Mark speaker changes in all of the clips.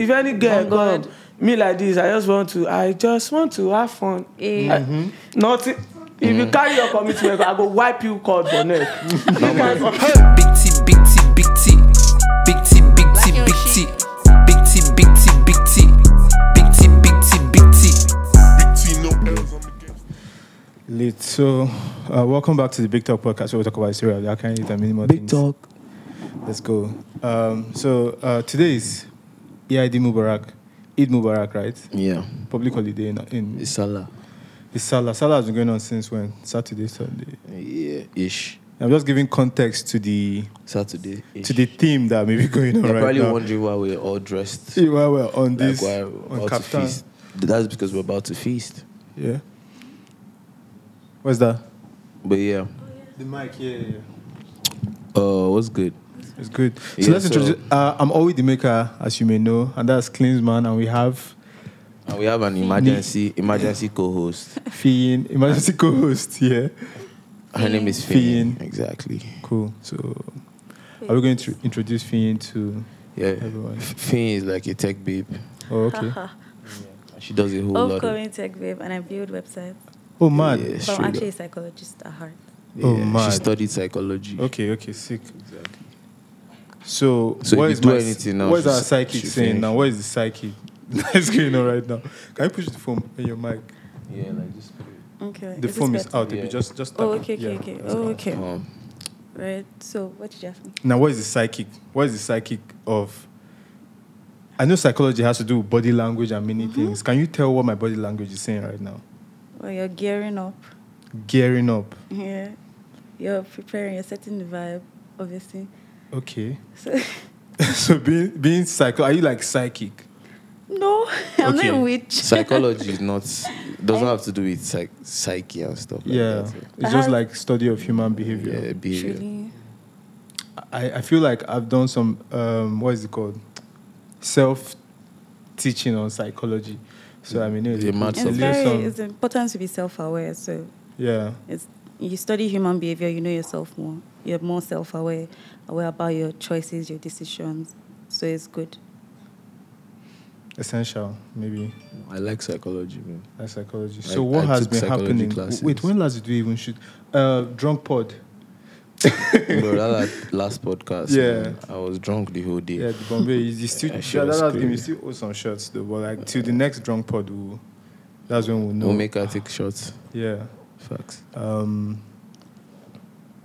Speaker 1: if any girl
Speaker 2: Oh,
Speaker 1: come
Speaker 2: God.
Speaker 1: me like this i just want to i just want to have fun
Speaker 2: Eh.
Speaker 1: I, nothing if you carry your commitment i go wipe you cold for neck you can
Speaker 3: Big T, big T, big T. Big T, big T, big T. Big T, big T, big T. Big T, big T, big T.
Speaker 4: Late. So, uh, welcome back to the Big Talk podcast where we talk about Israel. I can't eat a many more things.
Speaker 1: talk
Speaker 4: Let's go. Um, so, uh, today is EID Mubarak, Eid Mubarak, right?
Speaker 5: Yeah,
Speaker 4: Public holiday in, in
Speaker 5: it's Salah.
Speaker 4: it's Salah. Salah has been going on since when? Saturday, Sunday.
Speaker 5: Yeah, ish.
Speaker 4: I'm just giving context to the
Speaker 5: Saturday. Ish.
Speaker 4: to the theme that may be going on
Speaker 5: They're
Speaker 4: right
Speaker 5: probably
Speaker 4: now.
Speaker 5: wondering why we're all dressed.
Speaker 4: See why we're on this
Speaker 5: like why we're
Speaker 4: on
Speaker 5: about to
Speaker 4: Captain.
Speaker 5: feast. That's because we're about to feast.
Speaker 4: Yeah. What's that?
Speaker 5: But yeah,
Speaker 4: The mic. Yeah, yeah.
Speaker 5: uh, what's good?
Speaker 4: It's good. So
Speaker 5: Yeah,
Speaker 4: let's
Speaker 5: so-
Speaker 4: introduce. Uh, I'm always the maker, as you may know, and that's Cleansman, and we have
Speaker 5: Uh, we have an emergency emergency co-host.
Speaker 4: Fiyin, emergency co-host. Yeah,
Speaker 5: Her name is
Speaker 4: Fiyin.
Speaker 5: Finn. Exactly.
Speaker 4: cool. So, are we going to introduce Fiyin to
Speaker 5: Yeah.
Speaker 4: everyone?
Speaker 5: Finn is like a tech babe.
Speaker 4: Oh, okay.
Speaker 5: She does a whole
Speaker 2: Oh,
Speaker 5: lot. Of,
Speaker 2: Upcoming tech babe, and I build websites.
Speaker 4: Oh man.
Speaker 5: Yeah,
Speaker 2: But I'm
Speaker 5: straight
Speaker 2: actually a
Speaker 5: up.
Speaker 2: psychologist at heart.
Speaker 4: Oh,
Speaker 5: Yeah,
Speaker 4: mad.
Speaker 5: She studied psychology.
Speaker 4: Okay. Okay. Sick. So,
Speaker 5: So if
Speaker 4: what
Speaker 5: you
Speaker 4: is
Speaker 5: do
Speaker 4: my-
Speaker 5: anything now,
Speaker 4: What is
Speaker 5: she-
Speaker 4: our psychic
Speaker 5: she
Speaker 4: saying
Speaker 5: finish.
Speaker 4: now? What is the psychic that's going on right now? Can you push the phone on your mic?
Speaker 5: Yeah, like just.
Speaker 2: Okay.
Speaker 4: The
Speaker 2: this
Speaker 4: phone is
Speaker 2: better?
Speaker 4: out. If
Speaker 5: Yeah.
Speaker 4: you just just.
Speaker 2: Oh,
Speaker 4: tap
Speaker 2: okay,
Speaker 4: it.
Speaker 2: okay,
Speaker 4: Yeah,
Speaker 2: okay.
Speaker 4: that's
Speaker 2: Oh,
Speaker 4: fine.
Speaker 2: okay.
Speaker 5: Um,
Speaker 2: Right. So, what did you ask me?
Speaker 4: Now, what is the psychic? What is the psychic of? I know psychology has to do with body language and many things. Can you tell what my body language is saying right now?
Speaker 2: Well, you're gearing up.
Speaker 4: Gearing up.
Speaker 2: Yeah. You're preparing, you're setting the vibe, obviously.
Speaker 4: Okay.
Speaker 2: So,
Speaker 4: so being being psycho, are you like psychic?
Speaker 2: no, I'm not
Speaker 4: Okay.
Speaker 2: a witch.
Speaker 5: psychology is not doesn't have to do with psych, psyche and stuff. Like
Speaker 4: yeah. It's
Speaker 5: that.
Speaker 2: Uh-huh.
Speaker 4: just like study of human behavior.
Speaker 5: Yeah, behavior.
Speaker 2: Truly.
Speaker 4: I, I feel like I've done some um, what is it called? Self teaching on psychology. So I mean,
Speaker 5: It's a mad
Speaker 4: it's
Speaker 2: It's
Speaker 5: subject.
Speaker 2: very
Speaker 4: little some-
Speaker 2: it's important to be self aware. So
Speaker 4: yeah.
Speaker 2: it's you study human behavior, you know yourself more. You're more self aware, aware about your choices, your decisions. So it's good.
Speaker 4: Essential, maybe.
Speaker 5: I like psychology, man.
Speaker 4: That's psychology.
Speaker 5: I-
Speaker 4: so what
Speaker 5: I
Speaker 4: has
Speaker 5: took
Speaker 4: been
Speaker 5: psychology
Speaker 4: happening?
Speaker 5: classes.
Speaker 4: Wait, when last did we even shoot? Uh, drunk pod.
Speaker 5: Bro, that last, last podcast,
Speaker 4: Yeah.
Speaker 5: man, I was drunk the whole day.
Speaker 4: Yeah, the Bombay is is still.
Speaker 5: That shit
Speaker 4: yeah,
Speaker 5: was
Speaker 4: that last game
Speaker 5: crazy.
Speaker 4: is still owe some shots though. But like till the next drunk pod, we'll, that's when we'll know.
Speaker 5: We'll make her take shots.
Speaker 4: yeah.
Speaker 5: Facts.
Speaker 4: Um.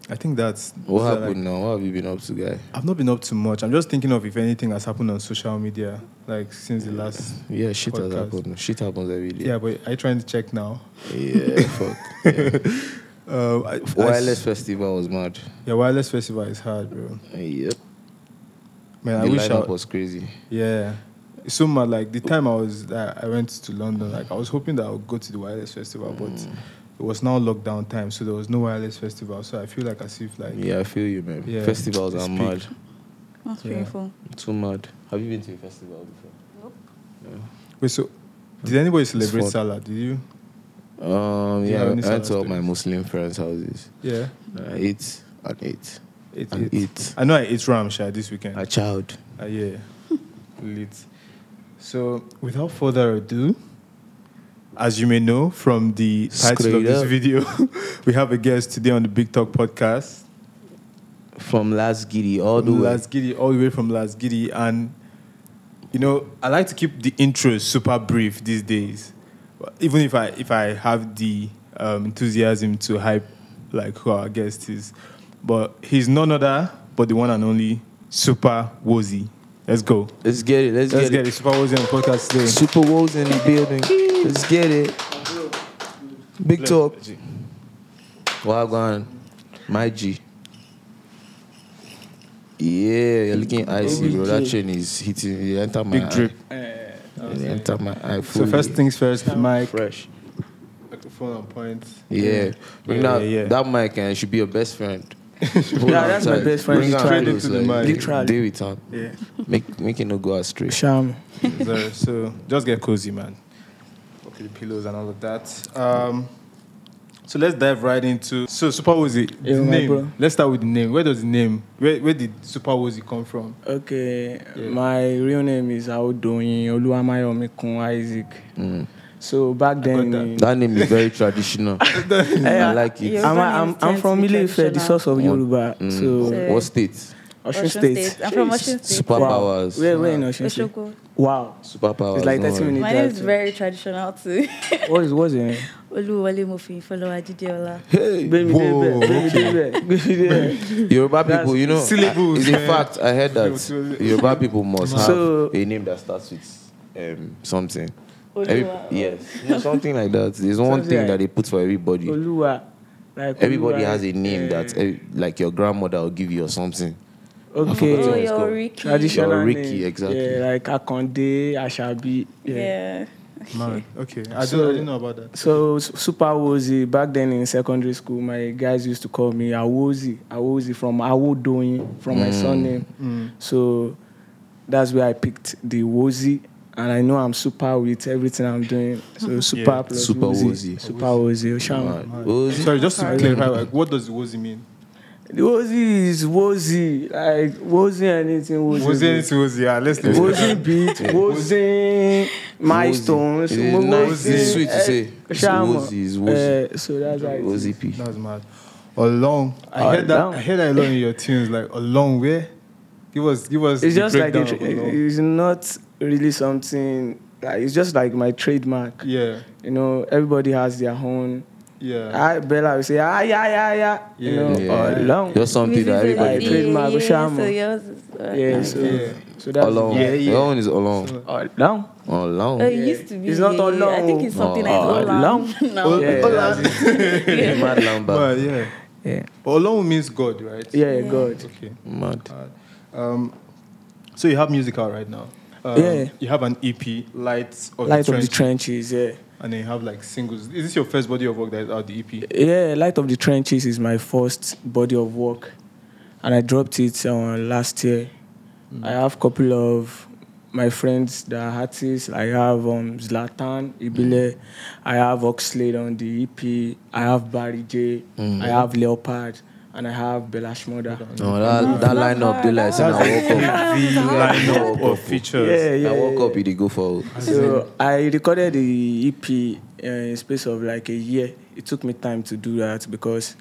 Speaker 4: I think that's
Speaker 5: What
Speaker 4: those are, like,
Speaker 5: happened now? What have you been up to, guy?
Speaker 4: I've not been up too much. I'm just thinking of if anything has happened on social media, like since the last.
Speaker 5: Yeah, shit has
Speaker 4: Podcast.
Speaker 5: happened. Shit happens every
Speaker 4: Yeah,
Speaker 5: day.
Speaker 4: but I trying to check now.
Speaker 5: Yeah, fuck. Yeah.
Speaker 4: Uh, I, I-
Speaker 5: Wireless festival was mad.
Speaker 4: yeah, wireless festival is hard, bro.
Speaker 5: Yep.
Speaker 4: Man, I
Speaker 5: the
Speaker 4: wish I,
Speaker 5: lineup was crazy.
Speaker 4: Yeah. So my like the time I was that I went to London, like I was hoping that I would go to the wireless festival,
Speaker 5: Mm.
Speaker 4: but it was now lockdown time, so there was no wireless festival. So I feel like as if like
Speaker 5: Yeah, I feel you, man.
Speaker 4: Yeah,
Speaker 5: Festivals
Speaker 4: it's
Speaker 5: are
Speaker 4: big.
Speaker 5: mad.
Speaker 2: That's
Speaker 4: Yeah.
Speaker 2: beautiful.
Speaker 5: Too mad. Have you been to a festival before?
Speaker 4: wait, so did anybody celebrate
Speaker 5: fun.
Speaker 4: Salah? Did you?
Speaker 5: Um,
Speaker 4: Do you
Speaker 5: yeah,
Speaker 4: have
Speaker 5: I
Speaker 4: any Salah
Speaker 5: went to all my
Speaker 4: stories?
Speaker 5: Muslim friends' houses.
Speaker 4: Yeah.
Speaker 5: I ate and ate
Speaker 4: It, it-
Speaker 5: and ate.
Speaker 4: I know I ate Ramsha this weekend.
Speaker 5: A child.
Speaker 4: Uh, yeah. Lit. So without further ado, as you may know from the title of
Speaker 5: Straight
Speaker 4: this
Speaker 5: up.
Speaker 4: video, we have a guest today on the Big Talk podcast.
Speaker 5: From last giddy all the
Speaker 4: from
Speaker 5: way.
Speaker 4: Las Giddy, all the way from Las Giddy. And, you know, I like to keep the intros super brief these days. Even if I if I have the um, enthusiasm to hype like who our guest is. But he's none other but the one and only Super Wozy. Let's go.
Speaker 5: Let's get it. Let's,
Speaker 4: Let's
Speaker 5: get,
Speaker 4: get it. Super Wozy on the podcast today.
Speaker 5: Super Wolves in the building. Let's get it. Big talk. Wagwan. My G. Yeah, you're looking icy, bro. That chain is hitting. It enter my
Speaker 4: Big
Speaker 5: eye.
Speaker 4: drip.
Speaker 5: It enter my eye.
Speaker 4: So
Speaker 5: Fully.
Speaker 4: first things first, mic,
Speaker 5: fresh.
Speaker 4: microphone on point.
Speaker 5: Yeah. Bring
Speaker 4: Yeah,
Speaker 5: that,
Speaker 4: yeah, yeah.
Speaker 5: that mic and should be your best friend.
Speaker 1: Yeah, that's my best friend.
Speaker 5: Bring her
Speaker 4: Straight
Speaker 5: close,
Speaker 4: into the
Speaker 5: like,
Speaker 4: mic.
Speaker 1: Literally.
Speaker 5: Deal with her.
Speaker 4: Yeah.
Speaker 5: Make, make it no go astray.
Speaker 1: sham
Speaker 4: so, so just get cozy, man. Okay, the pillows and all of that. Um, So let's dive right into. So Super Wozy, the
Speaker 1: Yeah, my
Speaker 4: name.
Speaker 1: bro.
Speaker 4: Let's start with the name. Where does the name? Where, where did Super Wozy come from?
Speaker 1: Okay,
Speaker 4: Yeah.
Speaker 1: my real name is Aodoyin Oluwamayomikun Isaac. Mm. So back then,
Speaker 4: that.
Speaker 1: in-
Speaker 5: That name is very traditional.
Speaker 1: Eh,
Speaker 5: I like it.
Speaker 2: Yeah.
Speaker 1: I'm, I'm, I'm from
Speaker 2: Yoruba name
Speaker 1: Ile-Ife, the
Speaker 2: tends to be
Speaker 1: source of
Speaker 5: traditional.
Speaker 1: Yoruba. So
Speaker 2: Mm.
Speaker 5: What state?
Speaker 1: Osun State.
Speaker 2: I'm from
Speaker 1: Jeez.
Speaker 2: Osun State.
Speaker 5: Super-
Speaker 1: Wow.
Speaker 5: Powers.
Speaker 1: Where, where in Osun State?
Speaker 2: Oshoko.
Speaker 1: Wow,
Speaker 5: Superpower.
Speaker 1: it's like
Speaker 5: don't
Speaker 1: 30
Speaker 5: worry.
Speaker 1: minutes.
Speaker 2: My name is very traditional too.
Speaker 1: What is what's your name?
Speaker 2: Oluwale Mofin, follow Ajideola.
Speaker 5: Hey,
Speaker 1: Baby,
Speaker 5: whoa,
Speaker 1: baby, baby, baby, baby.
Speaker 5: Yoruba people, you know,
Speaker 4: syllables,
Speaker 5: it's a
Speaker 4: man.
Speaker 5: fact. I heard that
Speaker 4: Syllables.
Speaker 5: Yoruba people must have
Speaker 1: So-
Speaker 5: a name that starts with um, something.
Speaker 2: Oluwa.
Speaker 5: Every- yes, No, something like that. There's one
Speaker 1: Something
Speaker 5: thing
Speaker 1: like-
Speaker 5: that they put for everybody.
Speaker 1: Oluwa. Like
Speaker 5: Everybody
Speaker 1: Oluwa.
Speaker 5: has a name that, eh, like your grandmother will give you or something.
Speaker 1: Okay.
Speaker 5: Yeah.
Speaker 2: Oh,
Speaker 5: Let's go.
Speaker 2: you're Ricky.
Speaker 1: Traditional
Speaker 5: Your Ricky,
Speaker 1: name.
Speaker 5: exactly.
Speaker 1: Yeah, like Akonde, Ashabi.
Speaker 2: Yeah.
Speaker 1: Yeah.
Speaker 4: Man, okay, I,
Speaker 1: So-
Speaker 4: don't, I didn't know about that.
Speaker 1: So S- Super Wozy, back then in secondary school, my guys used to call me Awozy, Awozy from Awodoyin, from my
Speaker 5: Mm.
Speaker 1: surname. So that's where I picked the Wozy, and I know I'm super with everything I'm doing. So super
Speaker 4: Yeah.
Speaker 1: plus
Speaker 5: Super
Speaker 1: Wozy,
Speaker 5: Wozy.
Speaker 1: super Wozy, Oshama.
Speaker 5: Mad. Ozi-
Speaker 4: Sorry, just to clarify, like, what does Wozy mean?
Speaker 1: The Wozy is Wozy, like Wozy anything Wozy.
Speaker 4: Wozy
Speaker 1: Wozy,
Speaker 4: is Wozy. Yeah, let's leave it at
Speaker 1: Wozy beat, Wozy milestones,
Speaker 5: It is nice.
Speaker 1: Wozy,
Speaker 5: It's sweet to say. It's
Speaker 1: Oshama.
Speaker 5: Wozy, it's Wozy.
Speaker 1: Eh, so that's how it is.
Speaker 5: Ozi P.
Speaker 4: that. That's mad. Along, I
Speaker 1: Uh,
Speaker 4: heard that.
Speaker 1: down.
Speaker 4: I heard that a lot in your tunes. Like along, where? Give us, give us.
Speaker 1: it's
Speaker 4: the
Speaker 1: just like a
Speaker 4: breakdown
Speaker 1: tra-
Speaker 4: of Olong.
Speaker 1: it's not really something like it's just like my trademark
Speaker 4: Yeah,
Speaker 1: you know everybody has their own
Speaker 4: yeah.
Speaker 1: I Bella will say ah yeah yeah yeah you
Speaker 4: Yeah.
Speaker 1: know
Speaker 5: Yeah.
Speaker 1: or long
Speaker 5: Just something that
Speaker 2: Mrs.
Speaker 5: everybody
Speaker 1: Like,
Speaker 2: Olivia,
Speaker 5: knows.
Speaker 1: trademark
Speaker 2: yeah,
Speaker 1: Oshama.
Speaker 2: So yours is uh,
Speaker 1: yeah so
Speaker 4: Yeah.
Speaker 1: so that's
Speaker 5: Along.
Speaker 4: Yeah, yeah.
Speaker 5: That one is along.
Speaker 1: or long
Speaker 5: Along.
Speaker 1: Oh,
Speaker 2: Uh, it used to be.
Speaker 1: It's not
Speaker 2: yeah, yeah. I
Speaker 1: Olong.
Speaker 2: think it's something
Speaker 5: No.
Speaker 1: Oh,
Speaker 2: like Olam. now.
Speaker 1: yeah, that's it.
Speaker 5: Mad Lamba.
Speaker 4: Well, yeah.
Speaker 1: yeah
Speaker 4: Olong means God, right?
Speaker 1: yeah God
Speaker 4: Okay.
Speaker 5: Mad.
Speaker 4: Um, so you have music out right now. Um,
Speaker 1: Yeah.
Speaker 4: You have an EP, Lights of
Speaker 1: light
Speaker 4: the
Speaker 1: of the
Speaker 4: Trench,
Speaker 1: trenches yeah
Speaker 4: and then you have like singles. Is this your first body of work that is out the E EP?
Speaker 1: yeah light of the trenches is my first body of work and I dropped it uh, last year I have a couple of my friends that are artists. I have um, Zlatan Ibile. I have Oxlade on the EP. I have Barry J. I have Leopard. And I have Belash Mother.
Speaker 5: No, that, that lineup, they like, say, I woke up.
Speaker 4: The lineup
Speaker 5: Yeah.
Speaker 4: of features.
Speaker 1: Yeah, yeah.
Speaker 5: I woke
Speaker 1: yeah.
Speaker 5: up, he did go for. oh.
Speaker 1: So I recorded the EP uh, in space of like a year. It took me time to do that because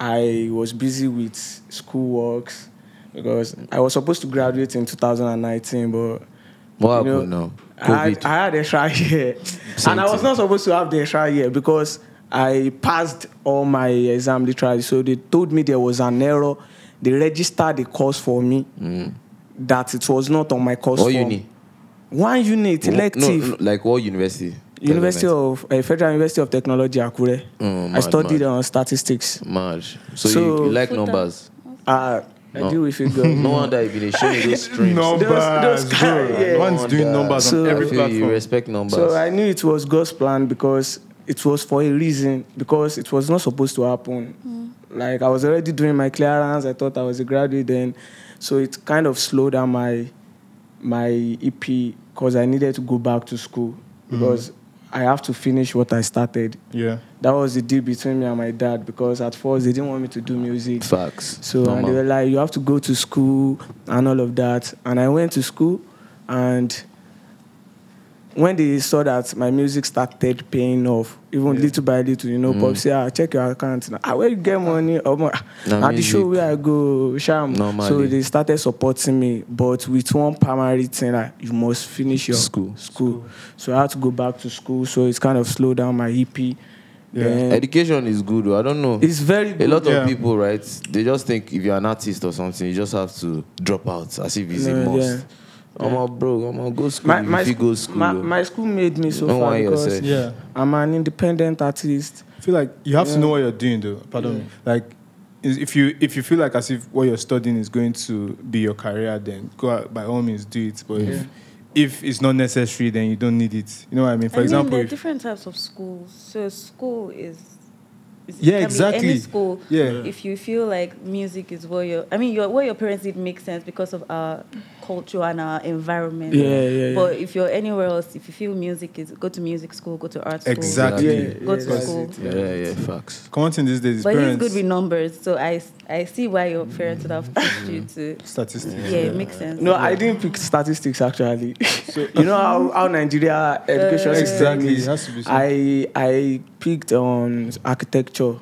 Speaker 1: I was busy with school works. Because I was supposed to graduate in 2019, but You
Speaker 5: What
Speaker 1: know,
Speaker 5: happened now?
Speaker 1: I had,
Speaker 5: COVID.
Speaker 1: I had extra year, and I was not supposed to have the extra year because I passed all my exam literally. So they told me there was an error. They registered the course for me that it was not on my course
Speaker 5: Mm. What
Speaker 1: form.
Speaker 5: uni?
Speaker 1: One unit
Speaker 5: No,
Speaker 1: elective.
Speaker 5: no, like what university?
Speaker 1: University of uh, Federal University of Technology Akure. I
Speaker 5: Mm, mad,
Speaker 1: studied
Speaker 5: mad.
Speaker 1: on statistics.
Speaker 5: Mad. So,
Speaker 1: So-
Speaker 5: you, you like
Speaker 2: Futa.
Speaker 5: numbers?
Speaker 1: Uh,
Speaker 5: No.
Speaker 1: I deal with it, girl.
Speaker 5: no wonder you've been showing those streams.
Speaker 1: Those- those guy,
Speaker 4: bro.
Speaker 1: yeah.
Speaker 4: One's doing numbers
Speaker 1: So-
Speaker 4: on
Speaker 5: I
Speaker 4: every
Speaker 5: feel you
Speaker 4: platform.
Speaker 5: respect numbers.
Speaker 1: So I knew it was God's plan because it was for a reason, because it was not supposed to happen. Like I was already doing my clearance, I thought I was a graduate then. So it kind of slowed down my my EP because I needed to go back to school
Speaker 5: Mm.
Speaker 1: because I have to finish what I started.
Speaker 4: Yeah.
Speaker 1: That was the deal between me and my dad because at first they didn't want me to do music.
Speaker 5: Facts.
Speaker 1: So and
Speaker 5: Normal.
Speaker 1: they were like, you have to go to school and all of that. And I went to school, and when they saw that my music started paying off, even little by little, you know,
Speaker 5: Mm.
Speaker 1: pop say, ah, check your account. Now, ah, where you get money? Oh, my.
Speaker 5: Na
Speaker 1: At the show
Speaker 5: music.
Speaker 1: where I go, Sham. So
Speaker 5: Normally.
Speaker 1: they started supporting me, but with one primary thing, like, you must finish your
Speaker 5: School.
Speaker 1: school. So I had to go back to school. So it's kind of slowed down my EP. Then-
Speaker 5: Education is good. though. I don't know.
Speaker 1: it's very good.
Speaker 5: a lot
Speaker 4: Yeah.
Speaker 5: of people, right? They just think if you're an artist or something, you just have to drop out as if it's
Speaker 1: No,
Speaker 5: a must.
Speaker 1: yeah.
Speaker 5: I'm a bro. I'm gonna go school.
Speaker 1: my, my,
Speaker 5: if you go
Speaker 1: sc-
Speaker 5: school,
Speaker 1: my,
Speaker 5: oh.
Speaker 1: my school made me so
Speaker 5: Don't
Speaker 1: far
Speaker 5: worry
Speaker 1: because
Speaker 5: yourself.
Speaker 4: Yeah.
Speaker 1: I'm an independent artist.
Speaker 4: I feel like you have to know what you're doing, though. Pardon me. Like, is- if you if you feel like as if what you're studying is going to be your career, then go out, by all means do it. But if if it's not necessary, then you don't need it. You know what I mean? For
Speaker 2: I mean,
Speaker 4: example,
Speaker 2: there are
Speaker 4: if-
Speaker 2: different types of schools. So school is. is-
Speaker 4: Yeah,
Speaker 2: can be
Speaker 4: exactly.
Speaker 2: Any school,
Speaker 4: Yeah.
Speaker 2: if you feel like music is what your, I mean, your, what your parents did makes sense because of our culture and our environment.
Speaker 1: Yeah, yeah,
Speaker 2: But if you're anywhere else, if you feel music is go to music school, go to art school.
Speaker 4: Exactly.
Speaker 1: yeah,
Speaker 4: Go
Speaker 1: yeah,
Speaker 2: to
Speaker 1: that's
Speaker 2: school.
Speaker 1: it, yeah.
Speaker 5: Yeah, yeah, facts.
Speaker 4: Common thing these days is
Speaker 2: But he's
Speaker 4: parents.
Speaker 2: good with numbers, so I I see why your parents would have pushed you to.
Speaker 4: statistics.
Speaker 2: Yeah, it makes sense.
Speaker 1: No, I didn't pick statistics actually. you know how, how Nigeria education system
Speaker 4: Uh, Exactly. It
Speaker 1: is.
Speaker 4: has to be so
Speaker 1: I I picked on architecture,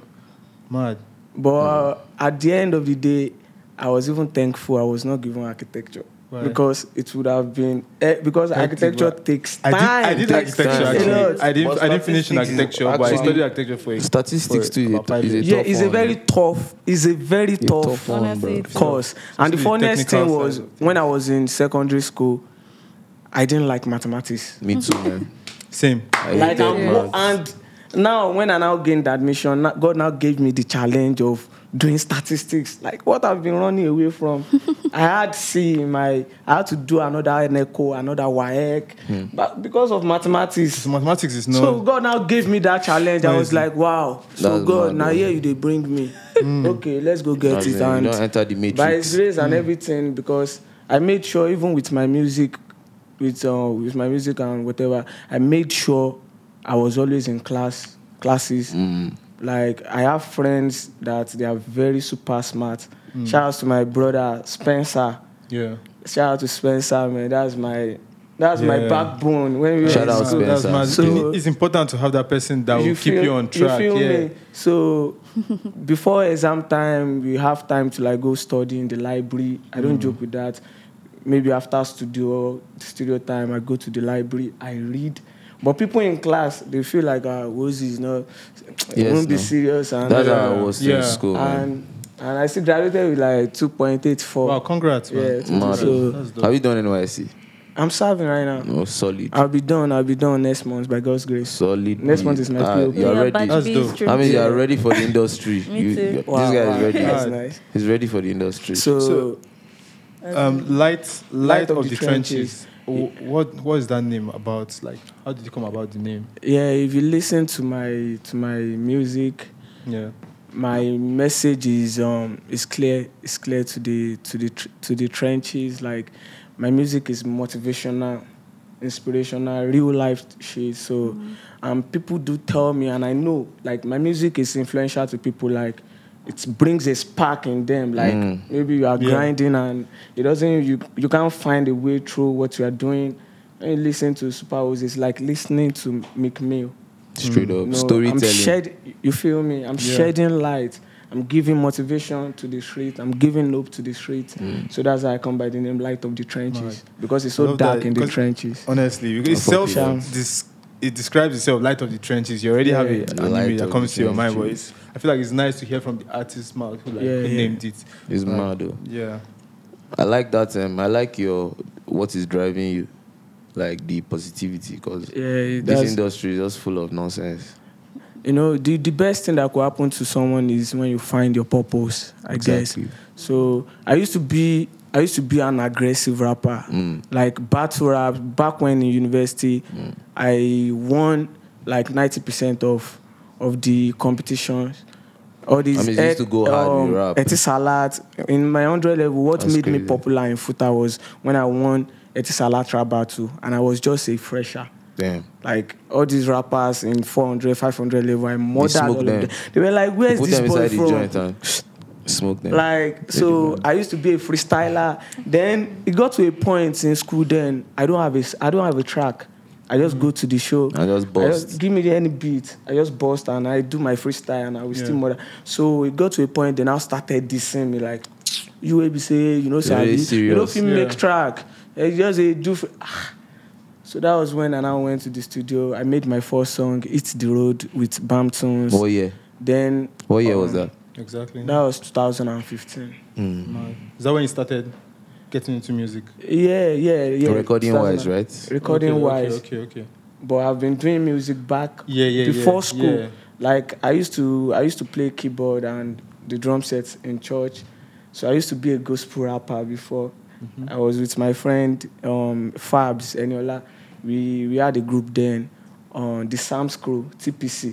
Speaker 4: mad.
Speaker 1: but at the end of the day, I was even thankful I was not given architecture.
Speaker 4: Why?
Speaker 1: Because it would have been eh, because architecture
Speaker 4: but-
Speaker 1: takes
Speaker 4: I
Speaker 1: time.
Speaker 4: did, I did
Speaker 1: Takes
Speaker 4: architecture
Speaker 1: time.
Speaker 4: actually.
Speaker 1: You know,
Speaker 4: I didn't
Speaker 5: But
Speaker 4: I didn't finish in
Speaker 5: statistics is
Speaker 4: architecture, but I
Speaker 5: actually-
Speaker 4: studied architecture for a
Speaker 5: Statistics
Speaker 4: for
Speaker 5: too
Speaker 4: about five
Speaker 5: is a,
Speaker 4: years.
Speaker 5: is a
Speaker 1: yeah,
Speaker 5: tough
Speaker 1: it's a
Speaker 5: one. eh?
Speaker 1: very tough. It's a very
Speaker 5: a
Speaker 1: tough,
Speaker 5: tough one,
Speaker 2: Honestly,
Speaker 5: bro.
Speaker 2: it's-
Speaker 1: course. And the
Speaker 4: Especially the
Speaker 1: funniest
Speaker 4: technical
Speaker 1: thing
Speaker 4: side
Speaker 1: was
Speaker 4: of things.
Speaker 1: when I was in secondary school, I didn't like mathematics.
Speaker 5: Me too, man.
Speaker 4: Same.
Speaker 5: I
Speaker 1: like
Speaker 5: hated
Speaker 1: I'm wo-
Speaker 5: maths.
Speaker 1: and now when I now gained admission, na- God now gave me the challenge of doing statistics. Like what I've been running away from. I had C in my I had to do another NECO, another WAEC. But because of mathematics.
Speaker 4: So mathematics is not
Speaker 1: So God now gave me that challenge. I was
Speaker 4: Crazy.
Speaker 1: like, wow. So
Speaker 5: That's
Speaker 1: God,
Speaker 5: mad,
Speaker 1: now
Speaker 5: man.
Speaker 1: here you they bring me. Okay, let's go get
Speaker 5: As in,
Speaker 1: Hmm. it.
Speaker 5: you
Speaker 1: And
Speaker 5: don't enter the
Speaker 1: by his
Speaker 5: matrix. Hmm.
Speaker 1: grace and everything because I made sure even with my music, with uh, with my music and whatever, I made sure I was always in class classes.
Speaker 5: Hmm.
Speaker 1: Like I have friends that they are very super smart.
Speaker 4: Hmm.
Speaker 1: Shout out to my brother Spencer.
Speaker 4: yeah.
Speaker 1: Shout out to Spencer, man. That's my that's my
Speaker 4: Yeah.
Speaker 1: backbone. When we were
Speaker 5: Shout
Speaker 1: in
Speaker 5: out
Speaker 1: school.
Speaker 5: Spencer.
Speaker 4: That's mad.
Speaker 1: So-
Speaker 4: it's important to have that person that will keep
Speaker 1: feel-
Speaker 4: you on track.
Speaker 1: You feel
Speaker 4: yeah.
Speaker 1: me? So before exam time, we have time to like go study in the library. I don't joke with that. Maybe after studio studio time, I go to the library. I read. But people in class, they feel like uh, Wozi is not.
Speaker 5: Yes,
Speaker 1: Yes, won't be
Speaker 5: no.
Speaker 1: serious and
Speaker 5: That's
Speaker 4: Yeah.
Speaker 5: how I was
Speaker 4: Yeah.
Speaker 5: in school, man.
Speaker 1: and and I still graduated with like two point eight four.
Speaker 4: Wow, congrats, man.
Speaker 1: yeah,
Speaker 5: Mad.
Speaker 1: so
Speaker 4: That's dope.
Speaker 5: Have you done NYC?
Speaker 1: I'm serving right now.
Speaker 5: No, solid.
Speaker 1: I'll be done. I'll be done next month by God's grace.
Speaker 5: Solid.
Speaker 1: Next month is my
Speaker 5: Ah,
Speaker 1: POP.
Speaker 5: You're
Speaker 2: Yeah,
Speaker 5: ready.
Speaker 2: batch
Speaker 4: That's
Speaker 2: B
Speaker 4: dope.
Speaker 2: stream
Speaker 5: I mean,
Speaker 2: two.
Speaker 5: you're ready for the industry.
Speaker 2: Me
Speaker 5: you,
Speaker 2: too.
Speaker 5: you-
Speaker 1: Wow,
Speaker 5: this guy
Speaker 1: wow.
Speaker 5: is ready.
Speaker 1: That's
Speaker 4: Alright.
Speaker 1: nice.
Speaker 5: He's ready for the industry.
Speaker 1: so
Speaker 4: um, light, light,
Speaker 1: Light
Speaker 4: of, the trenches. Wh- What what is that name about? Like, how did it come about the name?
Speaker 1: yeah if you listen to my to my music
Speaker 4: Yeah,
Speaker 1: my message is um is clear is clear to the to the tr- to the trenches like my music is motivational inspirational real life shit so um people do tell me and i know like my music is influential to people like it brings a spark in them like
Speaker 5: Mm.
Speaker 1: maybe you are
Speaker 4: Yeah.
Speaker 1: grinding and it doesn't you you can't find a way through what you are doing when you listen to super Oz, it's like listening to Mick Mill
Speaker 5: Straight up.
Speaker 1: hmm, no,
Speaker 5: Storytelling.
Speaker 1: I'm shed, you feel me? I'm
Speaker 4: Yeah.
Speaker 1: shedding light. I'm giving motivation to the street. I'm giving hope to the street. So that's how I come by the name Light of the Trenches
Speaker 4: Right.
Speaker 1: because it's
Speaker 4: I
Speaker 1: so
Speaker 4: love that,
Speaker 1: dark in the
Speaker 4: because-
Speaker 1: trenches.
Speaker 4: honestly, because
Speaker 5: Fuck
Speaker 4: itself
Speaker 5: you, man.
Speaker 4: this it describes itself. Light of the trenches. You already have
Speaker 1: Yeah.
Speaker 4: a,
Speaker 5: The
Speaker 4: an
Speaker 5: light
Speaker 4: image
Speaker 5: of
Speaker 4: that
Speaker 5: the
Speaker 4: comes to your mind, but
Speaker 5: trenches.
Speaker 4: it's, I feel like it's nice to hear from the artist's mouth who like
Speaker 1: Yeah,
Speaker 4: who
Speaker 1: yeah.
Speaker 4: named it.
Speaker 5: It's
Speaker 4: Like,
Speaker 5: mad, though.
Speaker 4: Yeah,
Speaker 5: I like that. Um, I like your what is driving you, like the positivity, because
Speaker 1: Yeah,
Speaker 5: this
Speaker 1: that's,
Speaker 5: industry is just full of nonsense.
Speaker 1: you know, the, the best thing that could happen to someone is when you find your purpose, I guess.
Speaker 5: Exactly.
Speaker 1: So I used to be I used to be an aggressive rapper,
Speaker 5: Mm.
Speaker 1: like battle rap. Back when in university, I won like ninety percent of of the competitions. All these
Speaker 5: I mean, you used
Speaker 1: eh,
Speaker 5: to go hard with rap.
Speaker 1: Etisalat in my hundred level. What
Speaker 5: That's
Speaker 1: made me
Speaker 5: crazy.
Speaker 1: popular in Futa was when I won Etisalat rap battle, and I was just a fresher
Speaker 5: Damn.
Speaker 1: like all these rappers in 400 500 level i murdered all
Speaker 5: smoke
Speaker 1: of
Speaker 5: them.
Speaker 1: them they were like where's
Speaker 5: Put
Speaker 1: this
Speaker 5: them
Speaker 1: boy
Speaker 5: inside the joint uh,
Speaker 1: from
Speaker 5: and smoke them.
Speaker 1: like so i used to be a freestyler then it got to a point in school then i don't have a s- i don't have a track i just go to the show
Speaker 5: I just bust.
Speaker 1: give me any beat i just bust and i do my freestyle and i will still
Speaker 4: Yeah.
Speaker 1: murder so it got to a point they now started dissing me like you will be say you know
Speaker 5: You're very
Speaker 1: say you don't
Speaker 5: serious.
Speaker 1: fit make
Speaker 4: Yeah.
Speaker 1: track Eh, just a do fr- Ah. so that was when I now went to the studio. I made my first song, "It's the Road" with Bam Tunes.
Speaker 5: What year?
Speaker 1: Then
Speaker 5: What year
Speaker 1: um,
Speaker 5: was that?
Speaker 4: exactly.
Speaker 1: That was 2015. mm.
Speaker 4: Mad. Is that when you started getting into music?
Speaker 1: Yeah, yeah, yeah.
Speaker 5: Recording wise,
Speaker 1: 2000
Speaker 5: right?
Speaker 1: Recording
Speaker 4: Okay,
Speaker 1: wise,
Speaker 4: Okay, okay, okay.
Speaker 1: but I've been doing music back
Speaker 4: Yeah, yeah, yeah,
Speaker 1: before school.
Speaker 4: yeah.
Speaker 1: Like I used to, I used to play keyboard and the drum sets in church. So I used to be a gospel rapper before.
Speaker 5: Mm-hmm.
Speaker 1: I was with my friend um, Fabs Eniola. We we had a group then on the Sam's Crew TPC.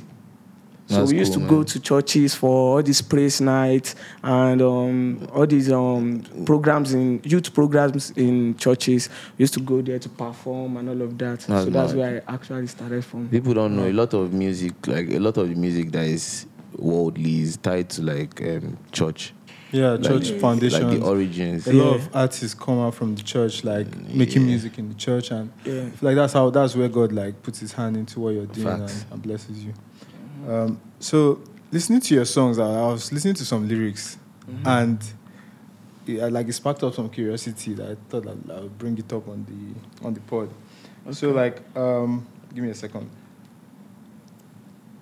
Speaker 1: So
Speaker 5: That's
Speaker 1: we used
Speaker 5: cool,
Speaker 1: to
Speaker 5: man.
Speaker 1: go to churches for all these praise nights and um, all these um, programs in youth programs in churches. We used to go there to perform and all of that.
Speaker 5: That's
Speaker 1: so that's
Speaker 5: mad.
Speaker 1: where I actually started from.
Speaker 5: People don't know a lot of music, like a lot of the music that is worldly is tied to like um, church,
Speaker 4: Yeah, church foundation.
Speaker 5: like the origins.
Speaker 4: a lot of artists come out from the church, like
Speaker 5: Mm,
Speaker 4: making music in the church, and
Speaker 1: Yeah.
Speaker 4: I feel like that's how that's where God like puts His hand into what you're doing
Speaker 5: Facts.
Speaker 4: and, and blesses you. Um, so listening to your songs, I, I was listening to some lyrics, and it, uh, like it sparked up some curiosity that I thought I'd, I would bring it up on the on the pod. So like, um, give me a second.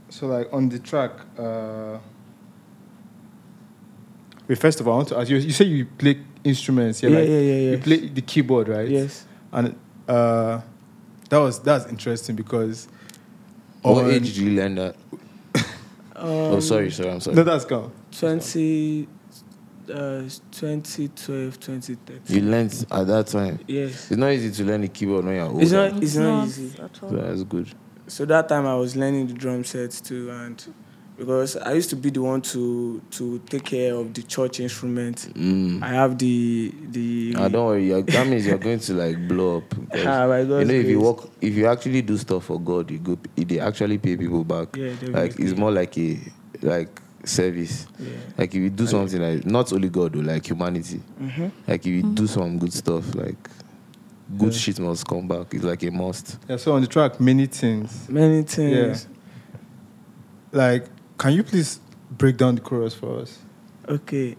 Speaker 4: So like on the track. Uh, Wait, first of all, I want to ask you. You say you play instruments, yeah?
Speaker 1: Yeah,
Speaker 4: like,
Speaker 1: yeah, yeah,
Speaker 4: You
Speaker 1: yes.
Speaker 4: play the keyboard, right?
Speaker 1: Yes.
Speaker 4: And uh, that was that's interesting because.
Speaker 5: What
Speaker 4: on-
Speaker 5: age did you learn that? oh,
Speaker 1: Um,
Speaker 5: sorry, sorry, I'm sorry.
Speaker 4: No, that's gone.
Speaker 1: 20, uh, 2012, 2013.
Speaker 5: you learned at that time.
Speaker 1: Yes.
Speaker 5: It's not easy to learn the keyboard when you're old.
Speaker 1: It's not, it's not easy.
Speaker 2: at all.
Speaker 5: That's good.
Speaker 1: So that time I was learning the drum set too, and because I used to be the one to to take care of the church instrument.
Speaker 5: Mm.
Speaker 1: I have the the.
Speaker 5: Ah, don't worry. You're, that means you're going to like blow up. because
Speaker 1: Ah, by
Speaker 5: you
Speaker 1: God's
Speaker 5: know, if you
Speaker 1: grace.
Speaker 5: work, if you actually do stuff for God, you go. They actually pay people back.
Speaker 1: Yeah,
Speaker 5: like it's
Speaker 1: definitely.
Speaker 5: more like a like service.
Speaker 1: Yeah.
Speaker 5: Like if you do something like not only God, though, like humanity.
Speaker 1: Mm-hmm.
Speaker 5: Like if you do some good stuff, like good shit must come back. It's like a must.
Speaker 4: Yeah, so on the track, many things.
Speaker 1: Many things.
Speaker 4: Like, can you please break down the chorus for us?
Speaker 1: Okay.